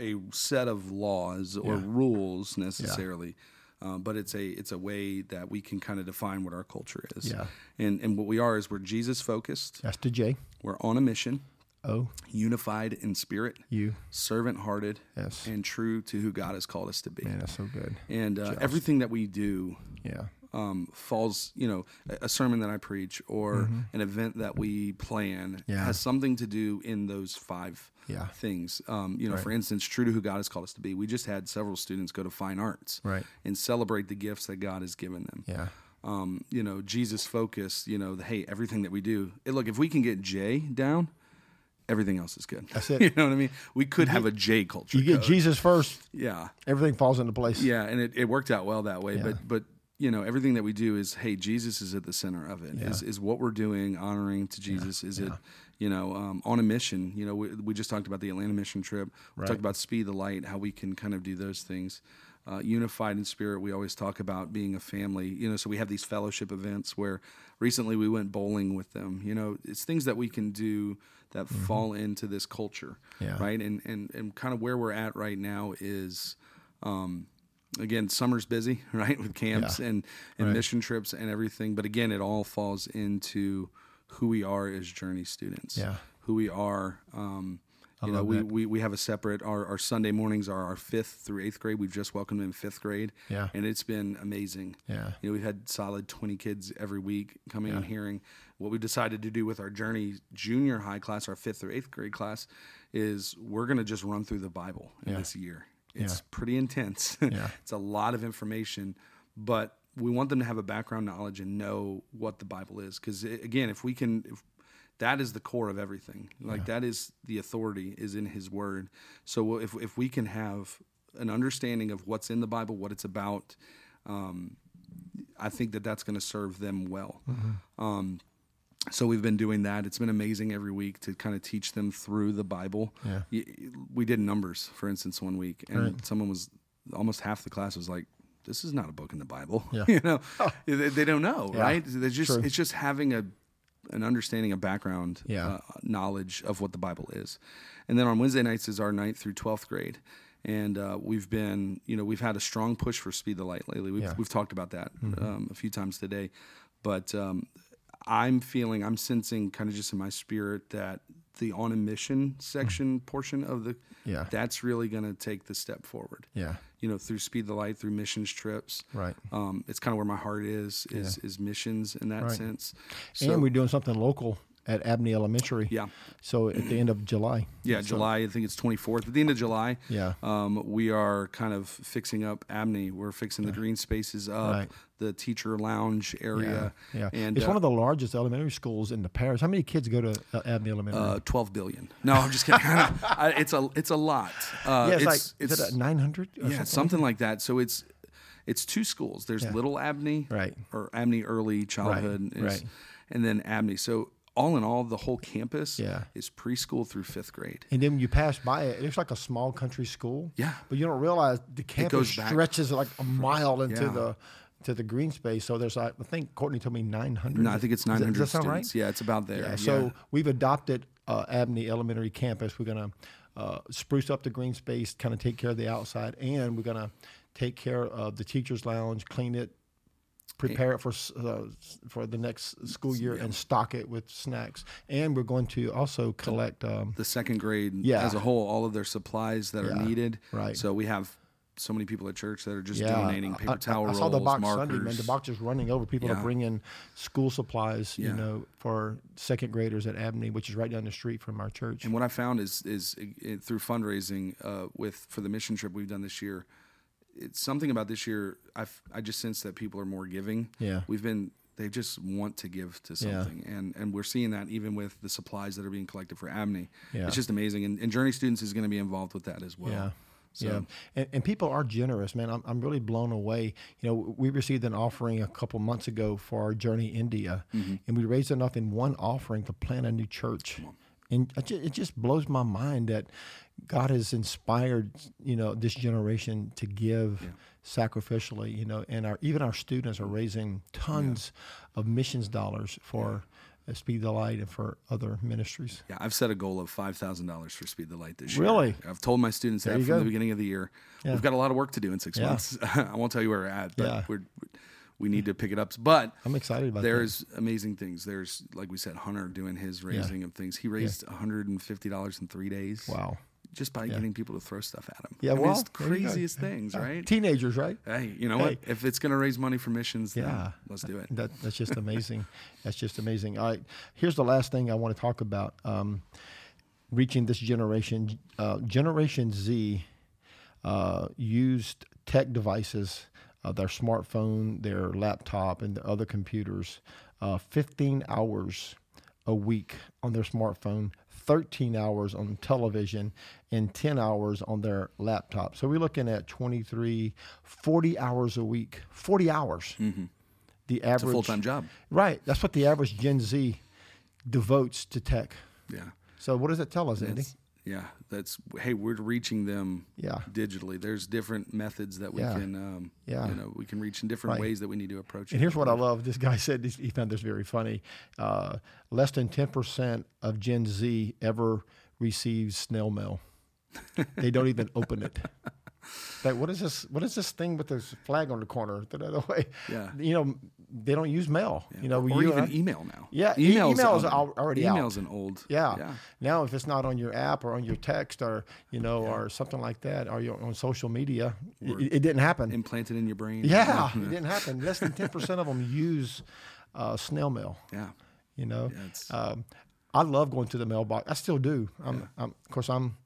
Speaker 2: a set of laws or rules necessarily, uh, but it's a it's a way that we can kind of define what our culture is.
Speaker 1: Yeah.
Speaker 2: And and what we are is we're Jesus focused.
Speaker 1: That's the J
Speaker 2: We're on a mission,
Speaker 1: O
Speaker 2: unified in spirit,
Speaker 1: U.
Speaker 2: servant hearted,
Speaker 1: Yes.
Speaker 2: and true to who God has called us to be.
Speaker 1: Man, that's so good.
Speaker 2: And uh, everything that we do
Speaker 1: Yeah.
Speaker 2: um, falls, you know, a- a sermon that I preach or an event that we plan
Speaker 1: Mm-hmm. Yeah.
Speaker 2: has something to do in those five
Speaker 1: Yeah.
Speaker 2: things. Um, you know, for instance, true to who God has called us to be, we just had several students go to fine arts
Speaker 1: Right.
Speaker 2: and celebrate the gifts that God has given them.
Speaker 1: Yeah.
Speaker 2: Um, you know, Jesus focused, you know, the, hey, everything that we do, eh, look, if we can get J down, everything else is good. That's
Speaker 1: it.
Speaker 2: you know what I mean? We could have a J culture.
Speaker 1: You get
Speaker 2: code.
Speaker 1: Jesus first,
Speaker 2: yeah.
Speaker 1: everything falls into place.
Speaker 2: Yeah, and it, it worked out well that way. But but you know, everything that we do is hey, Jesus is at the center of it. Is is what we're doing honoring to Jesus? Is it you know um, on a mission? You know, we, we just talked about the Atlanta mission trip. We talked about speed the light, how we can kind of do those things. Uh, unified in spirit, we always talk about being a family. You know, so we have these fellowship events where recently we went bowling with them. You know, it's things that we can do that fall into this culture,
Speaker 1: Yeah.
Speaker 2: right? And and and kind of where we're at right now is again summer's busy right with camps and and mission trips and everything but again it all falls into who we are as journey students
Speaker 1: Yeah.
Speaker 2: who we are um you know we, we we have a separate our, our sunday mornings are our fifth through eighth grade we've just welcomed in fifth grade
Speaker 1: Yeah.
Speaker 2: and it's been amazing
Speaker 1: Yeah.
Speaker 2: you know we've had solid 20 kids every week coming and hearing what we decided to do with our journey junior high class our fifth or eighth grade class is we're going to just run through the bible in this year it's pretty intense
Speaker 1: Yeah.
Speaker 2: it's a lot of information but we want them to have a background knowledge and know what the bible is because again if we can if that is the core of everything like that is the authority is in his word so if, if we can have an understanding of what's in the bible what it's about I think that that's going to serve them well. Um,
Speaker 1: Mm-hmm.
Speaker 2: so we've been doing that. It's been amazing every week to kind of teach them through the Bible.
Speaker 1: Yeah.
Speaker 2: Y- We did numbers, for instance, one week, and someone was almost half the class was like, "This is not a book in the Bible."
Speaker 1: Yeah. Oh.
Speaker 2: you know, they, they don't know, right? They just
Speaker 1: True.
Speaker 2: it's just having a an understanding, a background,
Speaker 1: Yeah.
Speaker 2: uh, knowledge of what the Bible is. And then on Wednesday nights is our ninth through 12th grade. And uh, we've been, you know, we've had a strong push for Speed the Light lately. We've, we've talked about that
Speaker 1: Mm-hmm.
Speaker 2: um, a few times today. But um, I'm feeling, I'm sensing kind of just in my spirit that the on a mission section portion of the,
Speaker 1: Mm-hmm. Yeah.
Speaker 2: that's really going to take the step forward.
Speaker 1: Yeah.
Speaker 2: You know, through Speed the Light, through missions trips.
Speaker 1: Right.
Speaker 2: Um, it's kind of where my heart is, is, is missions in that sense.
Speaker 1: and we're doing something local at Abney Elementary.
Speaker 2: Yeah.
Speaker 1: So at the end of July.
Speaker 2: Yeah, July. I think it's 24th. At the end of July,
Speaker 1: Yeah.
Speaker 2: um, we are kind of fixing up Abney. We're fixing the green spaces up,
Speaker 1: Right.
Speaker 2: the teacher lounge area,
Speaker 1: Yeah.
Speaker 2: and
Speaker 1: it's
Speaker 2: uh,
Speaker 1: one of the largest elementary schools in the parish. How many kids go to uh, Abney Elementary?
Speaker 2: uh, 12 billion. No, I'm just kidding. I, it's a it's a lot. Uh,
Speaker 1: yeah, it's,
Speaker 2: it's
Speaker 1: like
Speaker 2: it's
Speaker 1: is it 900 or
Speaker 2: yeah,
Speaker 1: something?
Speaker 2: something like that. So it's it's two schools. There's Little Abney,
Speaker 1: Right.
Speaker 2: or Abney Early Childhood, is-
Speaker 1: right.
Speaker 2: and then Abney. So all in all, the whole campus
Speaker 1: Yeah.
Speaker 2: is preschool through fifth grade.
Speaker 1: And then you pass by it. It's like a small country school.
Speaker 2: Yeah.
Speaker 1: But you don't realize the campus
Speaker 2: goes back.
Speaker 1: stretches like a mile into
Speaker 2: Yeah.
Speaker 1: the to the green space. So there's like I think Courtney told me 900.
Speaker 2: No, I think it's 900
Speaker 1: Does that sound
Speaker 2: students.
Speaker 1: right?
Speaker 2: Yeah, it's about there.
Speaker 1: Yeah, so we've adopted uh, Abney Elementary campus. We're going to uh, spruce up the green space, kind of take care of the outside, and we're going to take care of the teachers' lounge, clean it, prepare it for s- uh, s- for the next school year, and stock it with snacks. And we're going to also collect. Um,
Speaker 2: the second grade
Speaker 1: Yeah.
Speaker 2: as a whole, all of their supplies that are needed.
Speaker 1: right.
Speaker 2: So we have so many people at church that are just
Speaker 1: yeah,
Speaker 2: donating paper
Speaker 1: I- I-
Speaker 2: towel
Speaker 1: I,
Speaker 2: rolls,
Speaker 1: saw the box
Speaker 2: markers.
Speaker 1: Sunday, man. The box is running over. People are
Speaker 2: Yeah.
Speaker 1: bringing school supplies, you
Speaker 2: Yeah.
Speaker 1: know, for second graders at Abney, which is right down the street from our church.
Speaker 2: and what I found is is uh, through fundraising uh, with for the mission trip we've done this year, it's something about this year. I f- I just sense that people are more giving.
Speaker 1: Yeah.
Speaker 2: we've been they just want to give to something, and and we're seeing that even with the supplies that are being collected for Amni.
Speaker 1: Yeah.
Speaker 2: it's just amazing. And, and Journey Students is going to be involved with that as well.
Speaker 1: Yeah.
Speaker 2: So-
Speaker 1: yeah. And, and people are generous, man. I'm, I'm really blown away. You know, we received an offering a couple months ago for our Journey India, and we raised enough in one offering to plant a new church. And it ju- it just blows my mind that God has inspired, you know, this generation to give sacrificially, you know, and our even our students are raising tons of missions dollars for uh Speed the Light and for other ministries.
Speaker 2: Yeah, I've set a goal of five thousand dollars for Speed the Light this year.
Speaker 1: Really?
Speaker 2: I've told my students that
Speaker 1: you
Speaker 2: from
Speaker 1: go.
Speaker 2: the beginning of the year. We've got a lot of work to do in six months. I won't tell you where we're at, but
Speaker 1: Yeah.
Speaker 2: we're, we need to pick it up. But
Speaker 1: I'm excited about that.
Speaker 2: there's amazing things. There's like we said, Hunter doing his raising of things. He raised one hundred and fifty dollars in three days.
Speaker 1: Wow.
Speaker 2: Just by getting people to throw stuff at him.
Speaker 1: Yeah,
Speaker 2: I mean,
Speaker 1: well,
Speaker 2: it's the
Speaker 1: there you go.
Speaker 2: craziest things, right?
Speaker 1: Teenagers, right?
Speaker 2: Hey, you know what? If it's going to raise money for missions, yeah,
Speaker 1: Yeah.
Speaker 2: then let's do it.
Speaker 1: That, that's just amazing. that's just amazing. All right. Here's the last thing I want to talk about um, reaching this generation. Uh, generation Z uh, used tech devices, uh, their smartphone, their laptop, and the other computers, uh, 15 hours a week on their smartphone, 13 hours on television, and 10 hours on their laptop. So we're looking at 23, 40 hours a week, 40 hours. The average
Speaker 2: Mm-hmm. It's a full time job.
Speaker 1: Right. That's what the average Gen Z devotes to tech.
Speaker 2: Yeah.
Speaker 1: So what does it tell us, Andy?
Speaker 2: That's- yeah, that's hey, we're reaching them
Speaker 1: Yeah.
Speaker 2: digitally. There's different methods that we
Speaker 1: Yeah.
Speaker 2: can um,
Speaker 1: Yeah.
Speaker 2: you know, we can reach in different ways that we need to approach
Speaker 1: And
Speaker 2: it.
Speaker 1: here's what I love. This guy said this, he found this very funny. Uh, less than 10% of Gen Z ever receives snail mail. They don't even open it. Like, what is this? What is this thing with this flag on the corner? The other way.
Speaker 2: Yeah.
Speaker 1: You know, they don't use mail. You know,
Speaker 2: or
Speaker 1: you and
Speaker 2: even
Speaker 1: I-
Speaker 2: email now.
Speaker 1: Yeah, e-
Speaker 2: email's
Speaker 1: email's
Speaker 2: an-
Speaker 1: al- already out.
Speaker 2: email's an old.
Speaker 1: Yeah.
Speaker 2: yeah,
Speaker 1: Now, if it's not on your app or on your text or you know or something like that, or you're on social media, it, it didn't happen.
Speaker 2: implanted in your brain.
Speaker 1: yeah, it didn't happen. Less than ten percent of them use uh, snail mail.
Speaker 2: yeah.
Speaker 1: You know,
Speaker 2: it's-
Speaker 1: um, I love going to the mailbox. I still do. I'm, I'm of course, I'm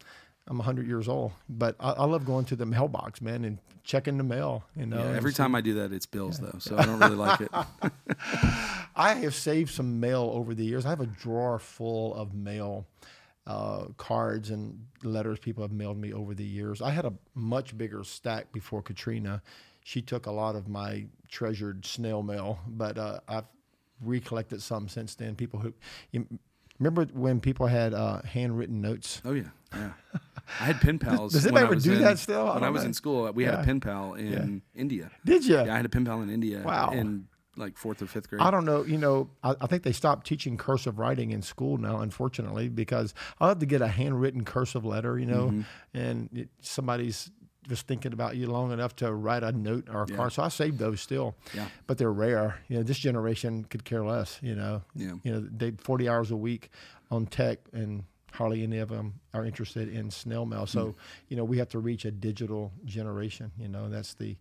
Speaker 1: I'm 100 years old, but I, I love going to the mailbox, man, and checking the mail. You know,
Speaker 2: Yeah,
Speaker 1: and
Speaker 2: every time I do that, it's bills though, so I don't really like it.
Speaker 1: I have saved some mail over the years. I have a drawer full of mail, uh, cards and letters people have mailed me over the years. I had a much bigger stack before Katrina. She took a lot of my treasured snail mail, but uh, I've recollected some since then. People who you, remember when people had uh, handwritten notes.
Speaker 2: Oh yeah, yeah. I had pen pals.
Speaker 1: does
Speaker 2: when
Speaker 1: anybody
Speaker 2: I
Speaker 1: ever
Speaker 2: was
Speaker 1: do
Speaker 2: in-
Speaker 1: that still? I
Speaker 2: When I
Speaker 1: don't
Speaker 2: was
Speaker 1: know.
Speaker 2: in school, we had
Speaker 1: Yeah.
Speaker 2: a pen pal in India.
Speaker 1: Did you?
Speaker 2: Yeah, I had a pen pal in India.
Speaker 1: Wow.
Speaker 2: in like fourth or fifth grade.
Speaker 1: I don't know. You know, I, I think they stopped teaching cursive writing in school now, unfortunately, because I'll have to get a handwritten cursive letter, you know,
Speaker 2: Mm-hmm.
Speaker 1: and it, somebody's just thinking about you long enough to write a note or a card. So I save those still,
Speaker 2: Yeah.
Speaker 1: but they're rare. You know, this generation could care less, you know.
Speaker 2: Yeah.
Speaker 1: You know, they 40 hours a week on tech and hardly any of them are interested in snail mail. So,
Speaker 2: Mm.
Speaker 1: you know, we have to reach a digital generation, you know, that's the,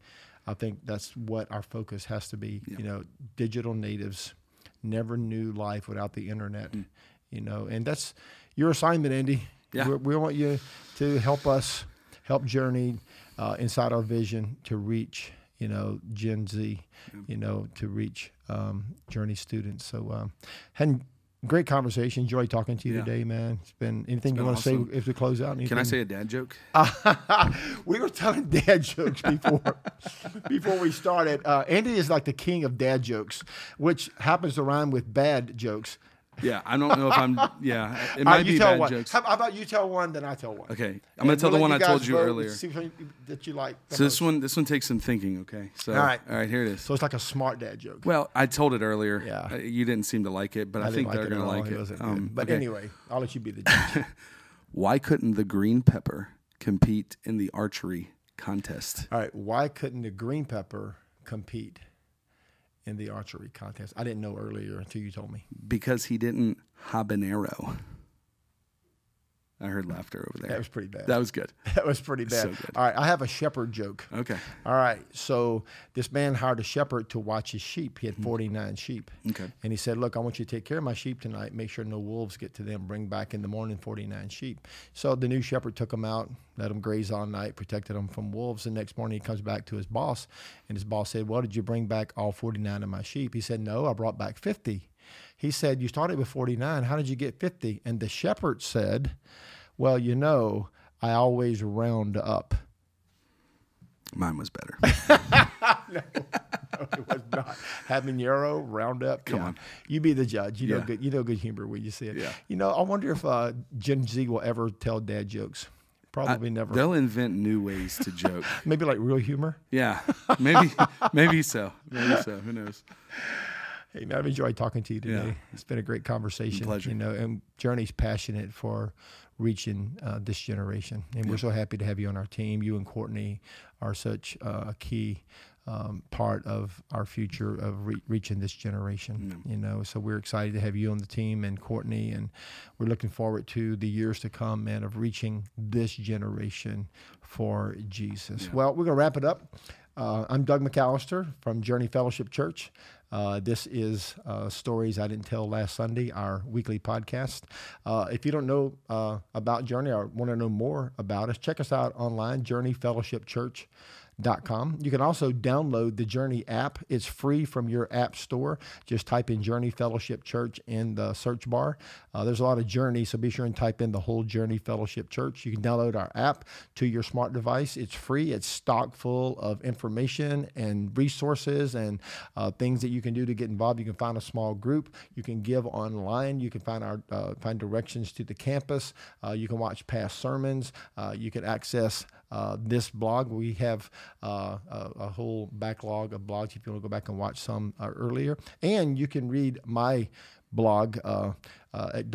Speaker 1: I think that's what our focus has to be. You know, digital natives never knew life without the internet.
Speaker 2: Mm.
Speaker 1: You know, and that's your assignment, Andy.
Speaker 2: Yeah.
Speaker 1: we we want you to help us, help Journey uh, inside our vision to reach, you know, Gen Z, you know, to reach um, Journey students. So, um, had great conversation. Enjoyed talking to you
Speaker 2: Yeah.
Speaker 1: today, man. It's been anything you
Speaker 2: been
Speaker 1: want to
Speaker 2: awesome.
Speaker 1: say as we close out?
Speaker 2: Can I
Speaker 1: Anything-
Speaker 2: say a dad joke?
Speaker 1: we were telling dad jokes before before we started. Uh, Andy is like the king of dad jokes, which happens to rhyme with bad jokes.
Speaker 2: Yeah, I don't know if I'm. Yeah, it
Speaker 1: All
Speaker 2: might
Speaker 1: right, you
Speaker 2: be
Speaker 1: tell
Speaker 2: bad
Speaker 1: one.
Speaker 2: jokes.
Speaker 1: How, how about you tell one, then I tell one.
Speaker 2: Okay, I'm gonna
Speaker 1: And
Speaker 2: tell
Speaker 1: we'll
Speaker 2: the one
Speaker 1: let
Speaker 2: I told
Speaker 1: guys
Speaker 2: you
Speaker 1: vote and
Speaker 2: earlier.
Speaker 1: see which one you- that you like. the
Speaker 2: So this
Speaker 1: most.
Speaker 2: one, this one takes some thinking. Okay, so
Speaker 1: All right.
Speaker 2: all right, here it is.
Speaker 1: So it's like a smart dad joke.
Speaker 2: Well, I told it earlier.
Speaker 1: Yeah.
Speaker 2: Uh, you didn't seem to like it, but I,
Speaker 1: didn't
Speaker 2: think
Speaker 1: like
Speaker 2: they're
Speaker 1: it at
Speaker 2: gonna
Speaker 1: all.
Speaker 2: like
Speaker 1: It
Speaker 2: it.
Speaker 1: wasn't good.
Speaker 2: Um,
Speaker 1: but
Speaker 2: okay.
Speaker 1: anyway, I'll let you be the judge.
Speaker 2: why couldn't the green pepper compete in the archery contest?
Speaker 1: all right. Why couldn't the green pepper compete in the archery contest? I didn't know earlier until you told me.
Speaker 2: Because he didn't habanero. I heard laughter over there.
Speaker 1: That was pretty bad.
Speaker 2: That was good.
Speaker 1: That was pretty bad.
Speaker 2: So good.
Speaker 1: All right, I have a shepherd joke.
Speaker 2: Okay.
Speaker 1: All right, so this man hired a shepherd to watch his sheep. He had 49 sheep.
Speaker 2: Okay.
Speaker 1: And he said, Look, I want you to take care of my sheep tonight. Make sure no wolves get to them. Bring back in the morning 49 sheep. So the new shepherd took them out, let them graze all night, protected them from wolves. The next morning he comes back to his boss, and his boss said, Well, did you bring back all 49 of my sheep? He said, No, I brought back 50. He said, You started with 49. How did you get 50? And the shepherd said, Well, you know, I always round up.
Speaker 2: Mine was better.
Speaker 1: it was not habanero roundup. Come
Speaker 2: on.
Speaker 1: you be the judge. You know
Speaker 2: Yeah.
Speaker 1: good. You know good humor when you see it.
Speaker 2: Yeah.
Speaker 1: You know, I wonder if uh, Gen Z will ever tell dad jokes. Probably never.
Speaker 2: They'll invent new ways to joke.
Speaker 1: Maybe like real humor.
Speaker 2: Yeah, maybe, maybe so. Maybe so. Who knows?
Speaker 1: Hey, man, I've enjoyed talking to you today.
Speaker 2: Yeah.
Speaker 1: It's been a great conversation.
Speaker 2: Pleasure.
Speaker 1: You know, and Journey's passionate for reaching uh, this generation, and we're so happy to have you on our team. You and Courtney are such uh, a key. Um, part of our future of re- reaching this generation, you know. So we're excited to have you on the team and Courtney, and we're looking forward to the years to come, man, of reaching this generation for Jesus. Well, we're gonna wrap it up. Uh, I'm Doug McAllister from Journey Fellowship Church. Uh, this is uh, Stories I Didn't Tell Last Sunday, our weekly podcast. Uh, if you don't know uh, about Journey or want to know more about us, check us out online, journeyfellowshipchurch.com. You can also download the Journey app. It's free from your app store. Just type in Journey Fellowship Church in the search bar. Uh, there's a lot of Journey, so be sure and type in the whole Journey Fellowship Church. You can download our app to your smart device. It's free. It's stock full of information and resources and uh, things that you can do to get involved. You can find a small group. You can give online. You can find our uh, find directions to the campus. Uh, you can watch past sermons. Uh, you can access. Uh, this blog, we have uh, a, a whole backlog of blogs. If you want to go back and watch some uh, earlier, and you can read my blog uh, uh, at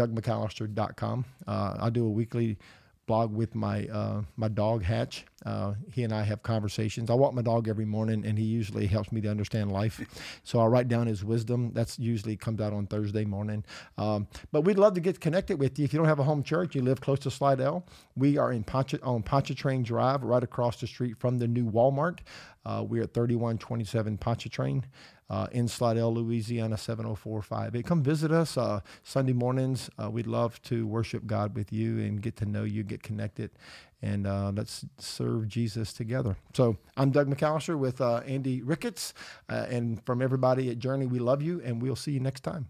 Speaker 1: dougmcallister.com. Uh, I do a weekly blog with my uh, my dog Hatch. Uh, he and I have conversations. I walk my dog every morning, and he usually helps me to understand life. So I write down his wisdom. That's usually comes out on Thursday morning. Um, but we'd love to get connected with you. If you don't have a home church, you live close to Slidell. We are in Poncha, on Pontchartrain Drive, right across the street from the new Walmart. Uh, we're at 3127 Pontchartrain uh, in Slidell, Louisiana, 70458. Come visit us uh, Sunday mornings. Uh, we'd love to worship God with you and get to know you, get connected, and uh, let's serve Jesus together. So I'm Doug McAllister with uh, Andy Ricketts. Uh, and from everybody at Journey, we love you, and we'll see you next time.